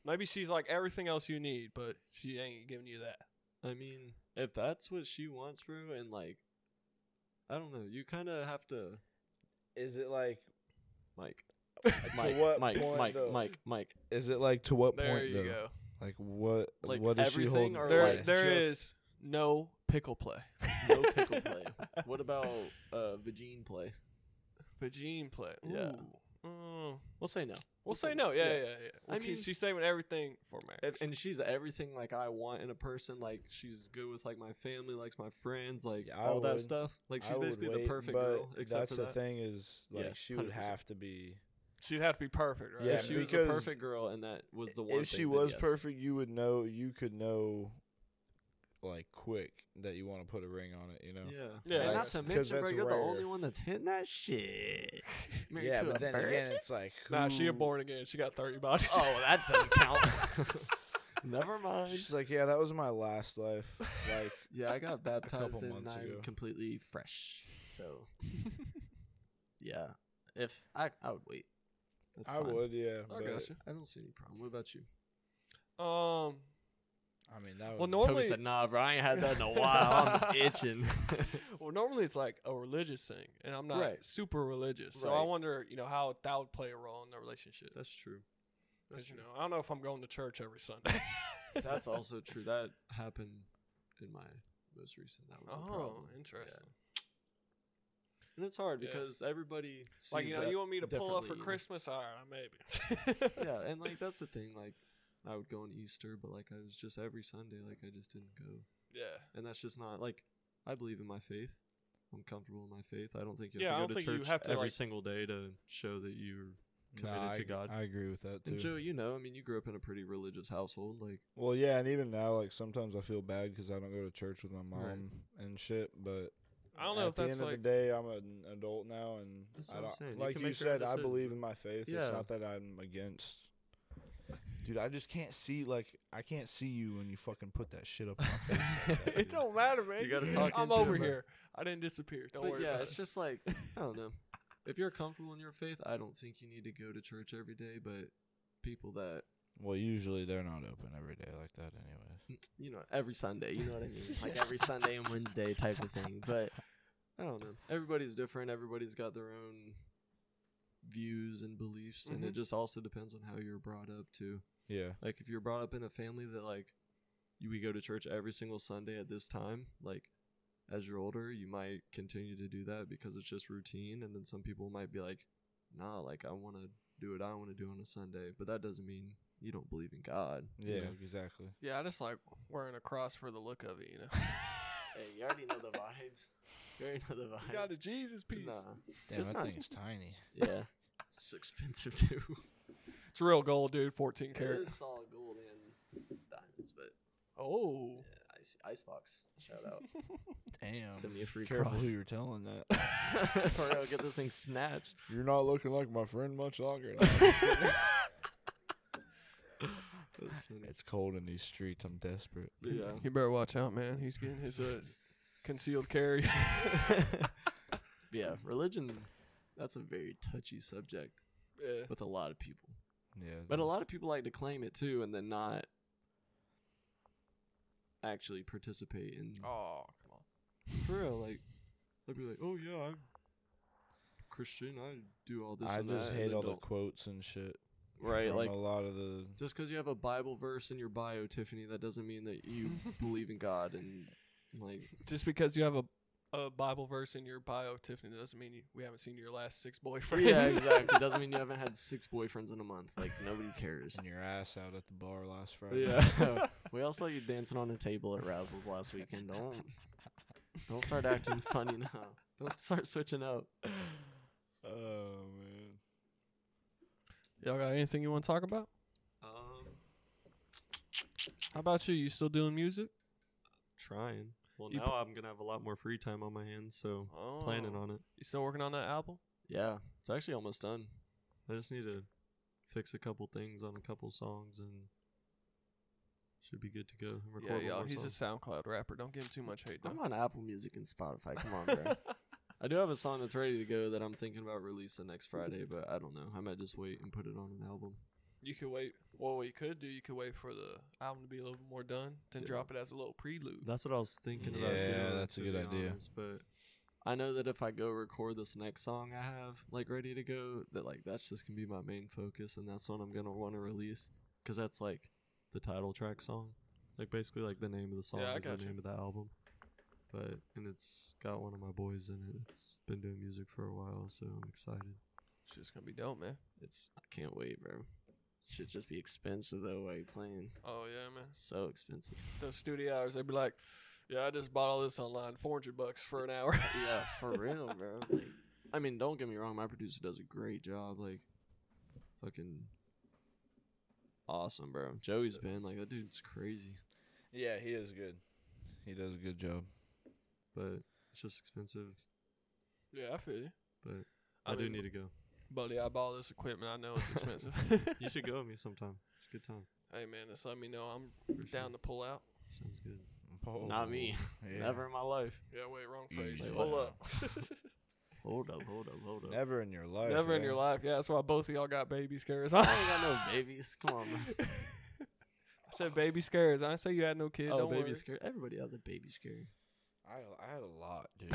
Speaker 1: Maybe she's like everything else you need, but she ain't giving you that.
Speaker 2: I mean, if that's what she wants, bro, and like, I don't know, you kind of have to,
Speaker 3: Is it like
Speaker 2: Mike,
Speaker 3: to
Speaker 2: Mike,
Speaker 3: what
Speaker 2: Mike,
Speaker 3: point,
Speaker 2: Mike,
Speaker 3: though?
Speaker 2: Mike, Mike.
Speaker 3: Is it like to what
Speaker 1: there
Speaker 3: point
Speaker 1: you
Speaker 3: though?
Speaker 1: go.
Speaker 3: Like what?
Speaker 2: Like
Speaker 3: what is she
Speaker 2: everything
Speaker 3: holding?
Speaker 2: or
Speaker 1: There,
Speaker 2: like
Speaker 1: there
Speaker 2: just-
Speaker 1: is no pickle play.
Speaker 2: No pickle play. What about uh, vagine play?
Speaker 1: Vagine play.
Speaker 2: Yeah.
Speaker 1: Ooh. Mm.
Speaker 2: We'll say no.
Speaker 1: We'll say no. Yeah, yeah, yeah.
Speaker 2: I
Speaker 1: Well, she-
Speaker 2: mean-
Speaker 1: she's saving everything for marriage.
Speaker 2: If, and she's everything like I want in a person. Like she's good with like my family, likes my friends, like
Speaker 3: Yeah, I
Speaker 2: all that
Speaker 3: would-
Speaker 2: stuff. Like
Speaker 3: I
Speaker 2: she's
Speaker 3: would
Speaker 2: basically the
Speaker 3: wait,
Speaker 2: perfect
Speaker 3: but
Speaker 2: girl. Except
Speaker 3: that's
Speaker 2: for
Speaker 3: the
Speaker 2: that.
Speaker 3: thing is like
Speaker 2: Yes,
Speaker 3: she would
Speaker 2: 100%.
Speaker 3: have to be.
Speaker 1: She'd have to be perfect, right?
Speaker 3: Yeah,
Speaker 2: if she was the
Speaker 3: because
Speaker 2: perfect girl and that was the one.
Speaker 3: if she
Speaker 2: thing, then
Speaker 3: was
Speaker 2: yes.
Speaker 3: perfect, you would know. You could know like quick that you want to put a ring on it, you know?
Speaker 1: Yeah,
Speaker 4: And not
Speaker 1: that's-
Speaker 4: to
Speaker 3: 'cause
Speaker 4: mention, bro,
Speaker 3: that's
Speaker 4: you're the
Speaker 3: rare.
Speaker 4: only one that's hitting that shit. Married
Speaker 3: Yeah,
Speaker 4: to a
Speaker 3: but then
Speaker 4: virgin?
Speaker 3: again, it's like who,
Speaker 1: Nah, she a born again. She got thirty bodies.
Speaker 4: Oh, that doesn't count. Never mind.
Speaker 3: She's like, yeah, that was my last life. Like,
Speaker 4: Yeah, I got baptized
Speaker 3: couple
Speaker 4: and
Speaker 3: months
Speaker 4: I'm
Speaker 3: ago.
Speaker 4: completely fresh. So, yeah, if I, I would wait. That's
Speaker 3: I
Speaker 4: fine.
Speaker 3: would, yeah.
Speaker 1: I
Speaker 3: but,
Speaker 1: gotcha.
Speaker 4: I don't see any problem. What about you?
Speaker 2: Oh.
Speaker 1: Um,
Speaker 3: I mean, that
Speaker 1: well,
Speaker 3: would.
Speaker 1: normally,
Speaker 4: "Nah, bro, I ain't had
Speaker 1: that in a while. I'm
Speaker 4: itching."
Speaker 1: well, normally it's like a religious thing, and I'm not
Speaker 4: Right.
Speaker 1: super religious, so I
Speaker 4: Right.
Speaker 1: wonder, you know, how that would play a role in the relationship.
Speaker 2: That's true.
Speaker 1: 'Cause, you know, I don't know if I'm going to church every Sunday.
Speaker 2: That's also true. That happened in my most recent. That was a
Speaker 1: oh,
Speaker 2: problem. Yeah.
Speaker 1: interesting.
Speaker 2: And it's hard
Speaker 1: Yeah.
Speaker 2: because everybody sees
Speaker 1: Like, you know,
Speaker 2: that
Speaker 1: you want me to pull up for
Speaker 2: differently, you know?
Speaker 1: Christmas? All right, maybe.
Speaker 2: yeah, and like that's the thing. Like, I would go on Easter, but like I was just every Sunday. Like I just didn't go,
Speaker 1: yeah.
Speaker 2: and that's just not like I believe in my faith. I'm comfortable in my faith. I don't think you
Speaker 1: Yeah, I
Speaker 2: have
Speaker 1: don't
Speaker 2: to go to
Speaker 1: think you
Speaker 2: church
Speaker 1: have to,
Speaker 2: every
Speaker 1: like-
Speaker 2: single day to show that you're.
Speaker 3: Nah,
Speaker 2: committed
Speaker 3: I,
Speaker 2: to God.
Speaker 3: I agree with that
Speaker 2: And Joe,
Speaker 3: too.
Speaker 2: you know, I mean, you grew up in a pretty religious household. Like,
Speaker 3: Well, yeah, and even now, like sometimes I feel bad because I don't go to church with my mom
Speaker 2: Right.
Speaker 3: and shit. But
Speaker 1: I don't know
Speaker 3: at
Speaker 1: if
Speaker 3: the
Speaker 1: that's
Speaker 3: end of
Speaker 1: like.
Speaker 3: the day, I'm an adult now, and
Speaker 2: That's
Speaker 3: I
Speaker 2: what I'm
Speaker 3: don't,
Speaker 2: saying. You
Speaker 3: like
Speaker 2: can
Speaker 3: you,
Speaker 2: make your own
Speaker 3: said, I
Speaker 2: decision.
Speaker 3: believe in my faith.
Speaker 2: Yeah.
Speaker 3: It's not that I'm against. Dude, I just can't see like I can't see you when you fucking put that shit up. On my face like that,
Speaker 1: it
Speaker 3: dude.
Speaker 1: don't matter, man.
Speaker 2: You gotta talk
Speaker 1: I'm
Speaker 2: into it,
Speaker 1: over
Speaker 2: bro.
Speaker 1: here. I didn't disappear. Don't
Speaker 2: but
Speaker 1: worry.
Speaker 2: yeah,
Speaker 1: about
Speaker 2: it's
Speaker 1: it.
Speaker 2: just like I don't know. If you're comfortable in your faith, I don't think you need to go to church every day. But people that
Speaker 3: Well, usually they're not open every day like that, anyways.
Speaker 4: you know, every Sunday. You know what I mean? Like every Sunday and Wednesday type of thing. But
Speaker 2: I don't know. Everybody's different. Everybody's got their own views and beliefs, and it
Speaker 1: Mhm.
Speaker 2: just also depends on how you're brought up too.
Speaker 3: Yeah,
Speaker 2: Like if you're brought up in a family that like you we go to church every single Sunday at this time, like as you're older, you might continue to do that because it's just routine, and then some people might be like, "Nah, like I want to do what I want to do on a Sunday," but that doesn't mean you don't believe in God. you
Speaker 3: yeah,
Speaker 2: know?
Speaker 3: exactly.
Speaker 1: yeah, I just like wearing a cross for the look of it, you know.
Speaker 4: hey, you already know the vibes. You already know the vibes.
Speaker 1: you got a Jesus piece.
Speaker 4: Nah.
Speaker 3: Damn,
Speaker 4: It's
Speaker 3: that
Speaker 4: not-
Speaker 3: thing's tiny.
Speaker 4: Yeah. It's expensive too.
Speaker 1: It's real gold, dude. 14
Speaker 4: It
Speaker 1: karat.
Speaker 4: is solid gold and diamonds, but
Speaker 1: Oh.
Speaker 4: yeah, ice icebox. Shout out.
Speaker 3: Damn.
Speaker 4: Send me a free
Speaker 3: Um, Careful
Speaker 4: cross.
Speaker 3: who you're telling that.
Speaker 4: For real, get this thing snatched.
Speaker 3: You're not looking like my friend much longer.
Speaker 2: That's funny.
Speaker 3: it's cold in these streets. I'm desperate.
Speaker 2: yeah.
Speaker 1: You better watch out, man. He's getting his uh, concealed carry.
Speaker 2: yeah, religion. That's a very touchy subject
Speaker 1: yeah.
Speaker 2: with a lot of people.
Speaker 3: Yeah.
Speaker 2: But a lot of people like to claim it too and then not actually participate in
Speaker 1: Oh, come on.
Speaker 2: for real. Like I'd be like, Oh yeah, I'm Christian, I do all this.
Speaker 3: I
Speaker 2: and
Speaker 3: just
Speaker 2: that," and
Speaker 3: hate
Speaker 2: then
Speaker 3: all the
Speaker 2: don't-
Speaker 3: quotes and shit.
Speaker 2: Right,
Speaker 3: from
Speaker 2: like
Speaker 3: a lot of the.
Speaker 2: just because you have a Bible verse in your bio, Tiffany, that doesn't mean that you believe in God and like
Speaker 1: Just because you have a, a Bible verse in your bio, Tiffany, doesn't mean you, we haven't seen your last six boyfriends.
Speaker 2: Yeah, exactly. doesn't mean you haven't had six boyfriends in a month. Like nobody cares.
Speaker 3: And your ass out at the bar last Friday.
Speaker 2: Yeah.
Speaker 4: We all saw you dancing on a table at Razzles last weekend. Don't don't start acting funny now. Don't start switching up.
Speaker 3: Oh man.
Speaker 1: Y'all got anything you want to talk about?
Speaker 2: um
Speaker 1: How about you? You still doing music?
Speaker 2: trying. Well
Speaker 1: You
Speaker 2: now I'm gonna have a lot more free time on my hands, so
Speaker 1: Oh.
Speaker 2: planning on it.
Speaker 1: You still working on that album?
Speaker 2: Yeah, it's actually almost done. I just need to fix a couple things on a couple songs and should be good to go. and Record one
Speaker 1: yeah, y'all.
Speaker 2: more
Speaker 1: He's
Speaker 2: song.
Speaker 1: a SoundCloud rapper. Don't give him too much hate.
Speaker 4: I'm
Speaker 1: Though.
Speaker 4: on Apple Music and Spotify. Come on, bro.
Speaker 2: I do have a song that's ready to go that I'm thinking about releasing next Friday, but I don't know. I might just wait and put it on an album.
Speaker 1: You could wait. Well, what you could do, you could wait for the album to be a little more done, then
Speaker 2: Yeah.
Speaker 1: drop it as a little prelude.
Speaker 2: That's what I was thinking about.
Speaker 3: Yeah,
Speaker 2: doing,
Speaker 3: that's
Speaker 2: to
Speaker 3: a good
Speaker 2: be
Speaker 3: idea.
Speaker 2: honest, but I know that if I go record this next song I have like ready to go, that like that's just gonna be my main focus, and that's what I'm gonna want to release because that's like the title track song, like basically like the name of the song
Speaker 1: Yeah, I
Speaker 2: is the
Speaker 1: gotcha.
Speaker 2: name of the album. But and it's got one of my boys in it. It's been doing music for a while, so I'm excited.
Speaker 1: It's just gonna be dope, man.
Speaker 2: It's I can't wait, bro.
Speaker 4: Should just be expensive though while you're playing.
Speaker 1: Oh yeah, man.
Speaker 4: So expensive.
Speaker 1: Those studio hours, they'd be like, "Yeah, I just bought all this online, four hundred bucks for an hour."
Speaker 4: Yeah, for real, bro. Like
Speaker 2: I mean, don't get me wrong, my producer does a great job. Like, fucking awesome, bro. Joey's been like, that dude's crazy.
Speaker 3: Yeah, he is good. He does a good job.
Speaker 2: but it's just expensive.
Speaker 1: Yeah, I feel you.
Speaker 2: But
Speaker 1: I
Speaker 2: I, do
Speaker 1: mean,
Speaker 2: need to go.
Speaker 1: Buddy, I bought this equipment. I know it's expensive.
Speaker 2: You should go with me sometime. It's a good time.
Speaker 1: hey, man, just let me know. I'm
Speaker 2: For
Speaker 1: down
Speaker 2: sure.
Speaker 1: to pull out.
Speaker 2: Sounds good.
Speaker 4: Not me.
Speaker 3: Oh, Yeah.
Speaker 4: Never in my life.
Speaker 1: Yeah, wait, wrong phrase.
Speaker 3: Easy.
Speaker 1: Pull up.
Speaker 4: Hold up, hold up, hold up.
Speaker 3: Never in your life.
Speaker 1: Never in
Speaker 3: yeah.
Speaker 1: your life. Yeah, that's why both of y'all got baby scares.
Speaker 4: I ain't got no babies. Come on, man.
Speaker 1: I said baby scares. I didn't say you had no kid.
Speaker 4: oh,
Speaker 1: Don't
Speaker 4: baby
Speaker 1: worry.
Speaker 4: scare. Everybody has a baby scare.
Speaker 3: I, I had a lot, dude.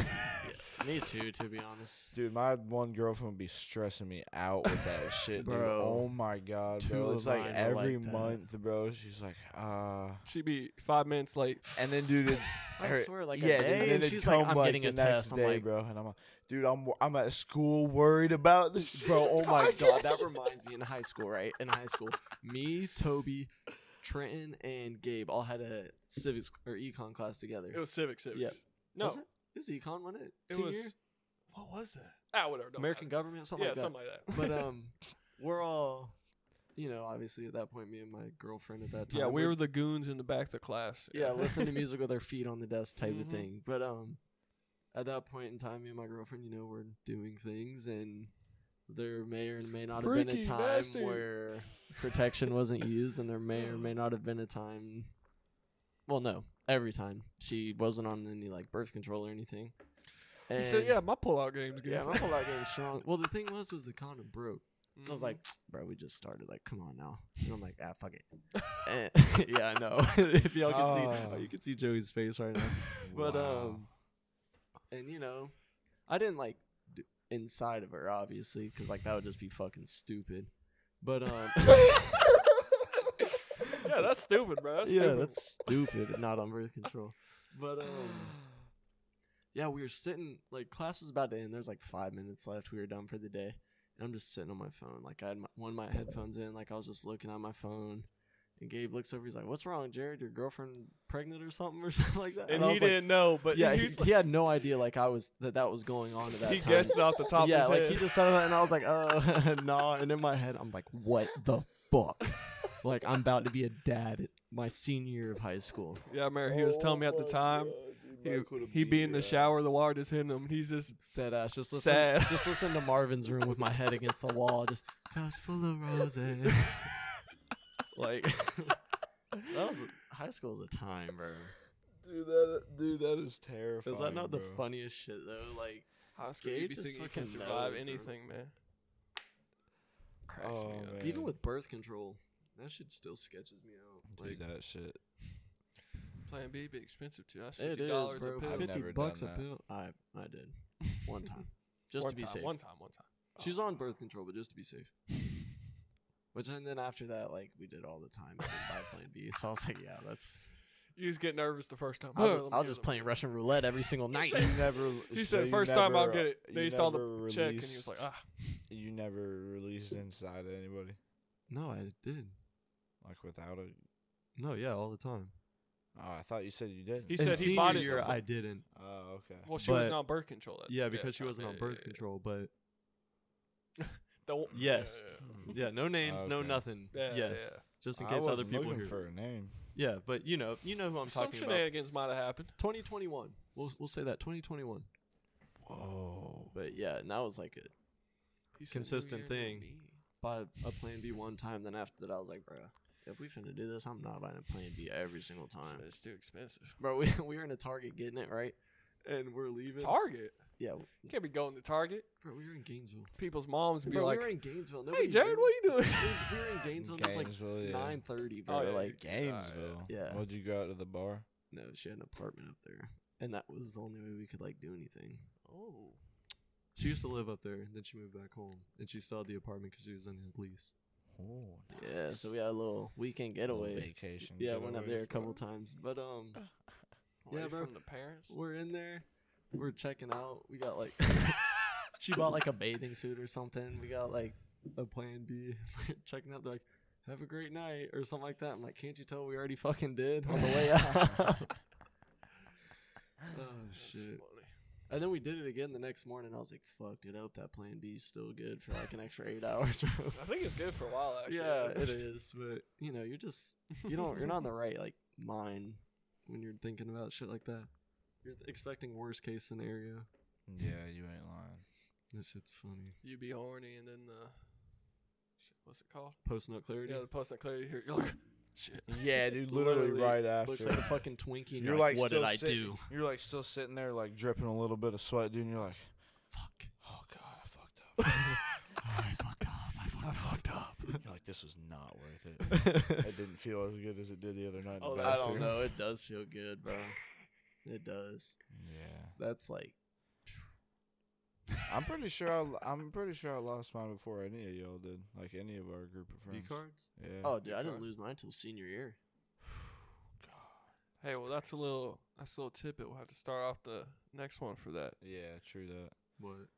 Speaker 4: Me too, to be honest.
Speaker 3: Dude, my one girlfriend would be stressing me out with that shit, dude.
Speaker 4: Bro.
Speaker 3: Oh my god,
Speaker 4: Two
Speaker 3: bro.
Speaker 4: of
Speaker 3: It's like
Speaker 4: mine are like
Speaker 3: every
Speaker 4: that.
Speaker 3: month, bro. She's like, uh
Speaker 1: She'd be five minutes late.
Speaker 3: and then dude, it,
Speaker 4: I
Speaker 3: her-
Speaker 4: swear, like
Speaker 3: yeah,
Speaker 4: a day,
Speaker 3: and, then
Speaker 4: and
Speaker 3: it'd
Speaker 4: she's like,
Speaker 3: come,
Speaker 4: "I'm getting
Speaker 3: the
Speaker 4: a
Speaker 3: next
Speaker 4: test."
Speaker 3: day,
Speaker 4: I'm like,
Speaker 3: bro, and I'm like, dude, I'm wo- I'm at school worried about this,
Speaker 4: bro, oh my god, that reminds me. In high school, right? In high school, me, Toby, Trenton, and Gabe all had a civics or econ class together.
Speaker 1: It was civic civics.
Speaker 4: Yep.
Speaker 1: No,
Speaker 4: was it? It was econ, wasn't it?
Speaker 1: it
Speaker 4: Senior
Speaker 1: was.
Speaker 4: year?
Speaker 1: What was that? Ah, whatever. don't
Speaker 4: American
Speaker 1: matter.
Speaker 4: government, something
Speaker 1: yeah,
Speaker 4: like that.
Speaker 1: something like that.
Speaker 4: but um, we're all, you know, obviously at that point, me and my girlfriend at that time.
Speaker 1: yeah, we
Speaker 4: would-
Speaker 1: were the goons in the back of the class.
Speaker 4: yeah, listen to music with our feet on the desk type of
Speaker 1: Mhm.
Speaker 4: thing. But um, at that point in time, me and my girlfriend, you know, we're doing things, and there may or may not have been
Speaker 1: Freaky,
Speaker 4: a time
Speaker 1: nasty.
Speaker 4: where protection wasn't used, and there may or may not have been a time. Well, no, every time she wasn't on any like birth control or anything.
Speaker 1: He
Speaker 4: And
Speaker 1: said, "Yeah, my pullout game's good."
Speaker 4: yeah, my whole life was strong. Well, the thing was, was the condom broke. So I was
Speaker 1: Mhm.
Speaker 4: like, bro, we just started. Like, come on now. And I'm like, ah, fuck it.
Speaker 1: Mm-hmm.
Speaker 4: eh. And- yeah, I know. if y'all can see,
Speaker 3: Oh.
Speaker 4: oh, you can see Joey's face right now. But um, and you know, I didn't like d- inside of her obviously, because like that would just be fucking stupid. But um,
Speaker 1: "Yeah, that's stupid, bro. That's
Speaker 4: yeah,
Speaker 1: stupid.
Speaker 4: that's stupid. Not on birth control. But um. Yeah, we were sitting like class was about to end. There's like five minutes left. We were done for the day, and I'm just sitting on my phone. Like I had my, one of my headphones in. Like I was just looking at my phone. And Gabe looks over. He's like, "What's wrong, Jared? Your girlfriend pregnant or something or something like that?"
Speaker 1: and
Speaker 4: I
Speaker 1: he
Speaker 4: was like-
Speaker 1: didn't know, but
Speaker 4: yeah,
Speaker 1: he,
Speaker 4: he,
Speaker 1: was
Speaker 4: he had no idea. Like I was that that was going on at that
Speaker 1: like- he
Speaker 4: time.
Speaker 1: guessed it off the top
Speaker 4: yeah,
Speaker 1: of his
Speaker 4: like
Speaker 1: head.
Speaker 4: he just said that, and I was like, "Oh, nah." And in my head, I'm like, "What the fuck?" like I'm about to be a dad at my senior year of high school.
Speaker 1: yeah, I remember he was telling me at the time. He, he be in the shower, the water just hitting him, and he's just
Speaker 4: Dead ass. Just listen.
Speaker 1: Sad.
Speaker 4: Just listen to Marvin's room with my head against the wall. Just cups full of roses. like that was high school was a time, bro.
Speaker 3: Dude, that dude, that is terrifying.
Speaker 4: Is that not the
Speaker 3: bro.
Speaker 4: funniest shit though? Like
Speaker 1: high
Speaker 4: school,
Speaker 1: school.
Speaker 4: you'd
Speaker 1: You
Speaker 4: be
Speaker 1: be
Speaker 4: just
Speaker 1: thinking you
Speaker 4: fucking
Speaker 1: can survive
Speaker 4: knows, bro.
Speaker 1: anything, man. Cracks
Speaker 3: Oh,
Speaker 1: me up.
Speaker 3: man.
Speaker 4: even with birth control, that shit still sketches me out. Like
Speaker 3: Dude, that shit.
Speaker 1: Plan B be expensive too. That's
Speaker 4: it
Speaker 1: fifty
Speaker 4: is,
Speaker 1: dollars a
Speaker 4: bro.
Speaker 1: pill.
Speaker 3: I've
Speaker 4: Fifty
Speaker 3: never
Speaker 4: bucks
Speaker 3: done
Speaker 4: a
Speaker 3: that.
Speaker 4: pill. I I did one time, just
Speaker 1: one
Speaker 4: to be
Speaker 1: time,
Speaker 4: safe.
Speaker 1: One time, one time.
Speaker 4: She's on birth control, but just to be safe. Which and then after that, like we did all the time. and then by Plan B, so I was like, yeah, that's
Speaker 1: You just get nervous the first time.
Speaker 4: I was,
Speaker 1: Ugh,
Speaker 4: just-
Speaker 1: let
Speaker 4: I
Speaker 1: me
Speaker 4: was
Speaker 1: get
Speaker 4: just
Speaker 1: them.
Speaker 4: playing Russian roulette every single night.
Speaker 3: You never.
Speaker 1: He
Speaker 3: so
Speaker 1: said,
Speaker 3: you
Speaker 1: first time I'll
Speaker 3: never-
Speaker 1: get it. Then he
Speaker 3: you
Speaker 1: saw the
Speaker 3: never
Speaker 1: check and he was like,
Speaker 3: released-
Speaker 1: ah.
Speaker 3: You never released inside of anybody,
Speaker 4: no, I did.
Speaker 3: like without a.
Speaker 2: No, yeah, all the time.
Speaker 3: Oh, I thought you said you did.
Speaker 1: He said he bought it
Speaker 4: year,
Speaker 1: before-
Speaker 2: I didn't.
Speaker 3: Oh, okay.
Speaker 1: Well, she wasn't
Speaker 2: But-
Speaker 1: on birth control. At
Speaker 2: Yeah, because she
Speaker 1: no,
Speaker 2: wasn't on
Speaker 1: yeah,
Speaker 2: birth
Speaker 1: yeah,
Speaker 2: control, but
Speaker 1: yeah. Don't-
Speaker 2: Yes.
Speaker 1: yeah,
Speaker 2: yeah, no names, no
Speaker 3: Okay.
Speaker 2: nothing.
Speaker 1: Yeah, yeah,
Speaker 2: yes.
Speaker 1: yeah.
Speaker 2: Just in
Speaker 3: Hmm. I
Speaker 2: case other
Speaker 3: wasn't
Speaker 2: people
Speaker 3: looking
Speaker 2: hear.
Speaker 3: for a name.
Speaker 2: Yeah, but you know, you know who I'm
Speaker 1: Some
Speaker 2: talking about.
Speaker 1: shenanigans might have happened.
Speaker 4: 2021. We'll we'll say that 2021.
Speaker 3: Whoa.
Speaker 4: But yeah, and that was like a
Speaker 1: He said, "New year,
Speaker 2: Consistent
Speaker 1: new
Speaker 2: thing.
Speaker 1: me."
Speaker 4: buy a Plan B one time. Then after that, I was like, bro, if we finna do this, I'm not buying a Plan B every single
Speaker 1: He said,
Speaker 4: time.
Speaker 1: It's too expensive.
Speaker 4: Bro, we we were in a Target getting it right, and we're leaving.
Speaker 1: Target.
Speaker 4: yeah,
Speaker 1: You can't be going to Target.
Speaker 4: bro, we were in Gainesville.
Speaker 1: People's moms would be
Speaker 4: Bro,
Speaker 1: like,
Speaker 4: we were in Gainesville.
Speaker 1: "Hey,
Speaker 4: Nobody
Speaker 1: Jared,
Speaker 4: knew.
Speaker 1: what you doing?"
Speaker 4: It was- we were in Gainesville. and It was
Speaker 3: Gainesville,
Speaker 4: like
Speaker 3: yeah.
Speaker 4: 9:30, bro.
Speaker 1: Oh, yeah,
Speaker 4: like
Speaker 3: Gainesville.
Speaker 4: Yeah.
Speaker 3: Would you go out to the bar?
Speaker 4: no, she had an apartment up there, and that was the only way we could like do anything.
Speaker 1: oh,
Speaker 2: She used to live up there, and then she moved back home, and she still had the apartment because she was in a lease.
Speaker 3: Oh,
Speaker 4: Yeah, so we had a little weekend
Speaker 3: little
Speaker 4: getaway.
Speaker 3: Vacation.
Speaker 4: Yeah, went up
Speaker 3: getaway.
Speaker 4: there a couple times, but um,
Speaker 1: away
Speaker 4: Yeah, bro.
Speaker 1: from the parents.
Speaker 4: we're in there, we're checking out. We got like, she bought like a bathing suit or something. We got like a Plan B. We're checking out. They're like, "Have a great night" or something like that. I'm like, "Can't you tell we already fucking did on the way out?" oh
Speaker 2: Oh,
Speaker 1: That's
Speaker 4: shit!
Speaker 1: funny.
Speaker 4: And then we did it again the next morning. I was like, "Fuck, dude, I hope that Plan B's still good for like an extra eight hours." bro."
Speaker 1: I think it's good for a while. Actually.
Speaker 4: yeah, it is. But you know, you're just you don't you're not in the right like mind
Speaker 2: when you're thinking about shit like that. You're th- expecting worst case scenario.
Speaker 3: Yeah, you ain't lying.
Speaker 2: This shit's funny.
Speaker 1: You be horny and then the shit, what's it called?
Speaker 2: Post nut clarity.
Speaker 1: Yeah, the post that clear you hear you're like shit.
Speaker 3: Yeah, dude, literally,
Speaker 2: Literally
Speaker 3: right after.
Speaker 2: Looks like a fucking Twinkie. and
Speaker 3: you're like,
Speaker 2: what did
Speaker 3: still
Speaker 2: I
Speaker 3: sitting-
Speaker 2: do?
Speaker 3: You're like still sitting there, like dripping a little bit of sweat, dude. And you're like,
Speaker 2: Fuck.
Speaker 3: oh god, I fucked up.
Speaker 2: I fucked up. I fucked, up.
Speaker 3: You're like, this was not worth it. it didn't feel as good as it did the other night. in
Speaker 2: Oh,
Speaker 3: the
Speaker 2: I don't
Speaker 3: bathroom.
Speaker 2: know. It does feel good, bro. It does.
Speaker 3: Yeah,
Speaker 2: That's like
Speaker 3: I'm pretty sure I, I'm pretty sure I lost mine before any of y'all did, like any of our group of friends.
Speaker 2: cards.
Speaker 3: Yeah.
Speaker 4: Oh, dude, I
Speaker 1: Okay.
Speaker 4: didn't lose mine till senior year.
Speaker 1: Hey, well that's a little that's a little tidbit. We'll have to start off the next one for that.
Speaker 3: Yeah, true that.
Speaker 2: What?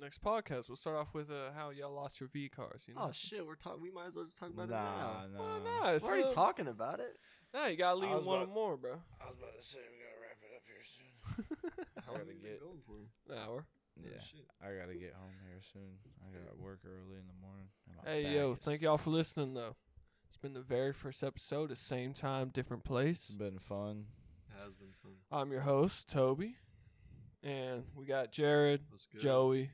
Speaker 1: Next podcast, we'll start off with uh, how y'all lost your V cars. You know?
Speaker 4: Oh shit, we're talking. We might as well just talk
Speaker 3: Nah,
Speaker 2: uh,
Speaker 4: about it now.
Speaker 2: Oh,
Speaker 3: nah.
Speaker 1: well, nah, it's
Speaker 4: We're already
Speaker 1: still-
Speaker 4: talking about it.
Speaker 1: Nah, you gotta
Speaker 3: I
Speaker 1: leave
Speaker 3: was
Speaker 1: one
Speaker 3: about-
Speaker 1: more, bro.
Speaker 3: I was about to say we gotta wrap it up here soon.
Speaker 2: How long
Speaker 3: I gotta
Speaker 2: are we
Speaker 3: get-
Speaker 2: going for?
Speaker 1: An hour.
Speaker 3: Yeah,
Speaker 2: Oh, shit.
Speaker 3: I gotta get home here soon. I got work early in the morning. and
Speaker 2: Oh,
Speaker 3: my
Speaker 1: Hey
Speaker 3: back
Speaker 1: yo,
Speaker 3: is
Speaker 1: thank y'all for listening though. It's been the very first episode, the same time, different
Speaker 3: It's
Speaker 1: place.
Speaker 3: been fun.
Speaker 2: Has been fun.
Speaker 1: I'm your host, Toby. And we got Jared,
Speaker 2: Let's go.
Speaker 1: Joey.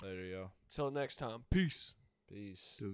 Speaker 3: Later, y'all.
Speaker 1: Till next time. Peace.
Speaker 3: Peace.
Speaker 2: Deuce.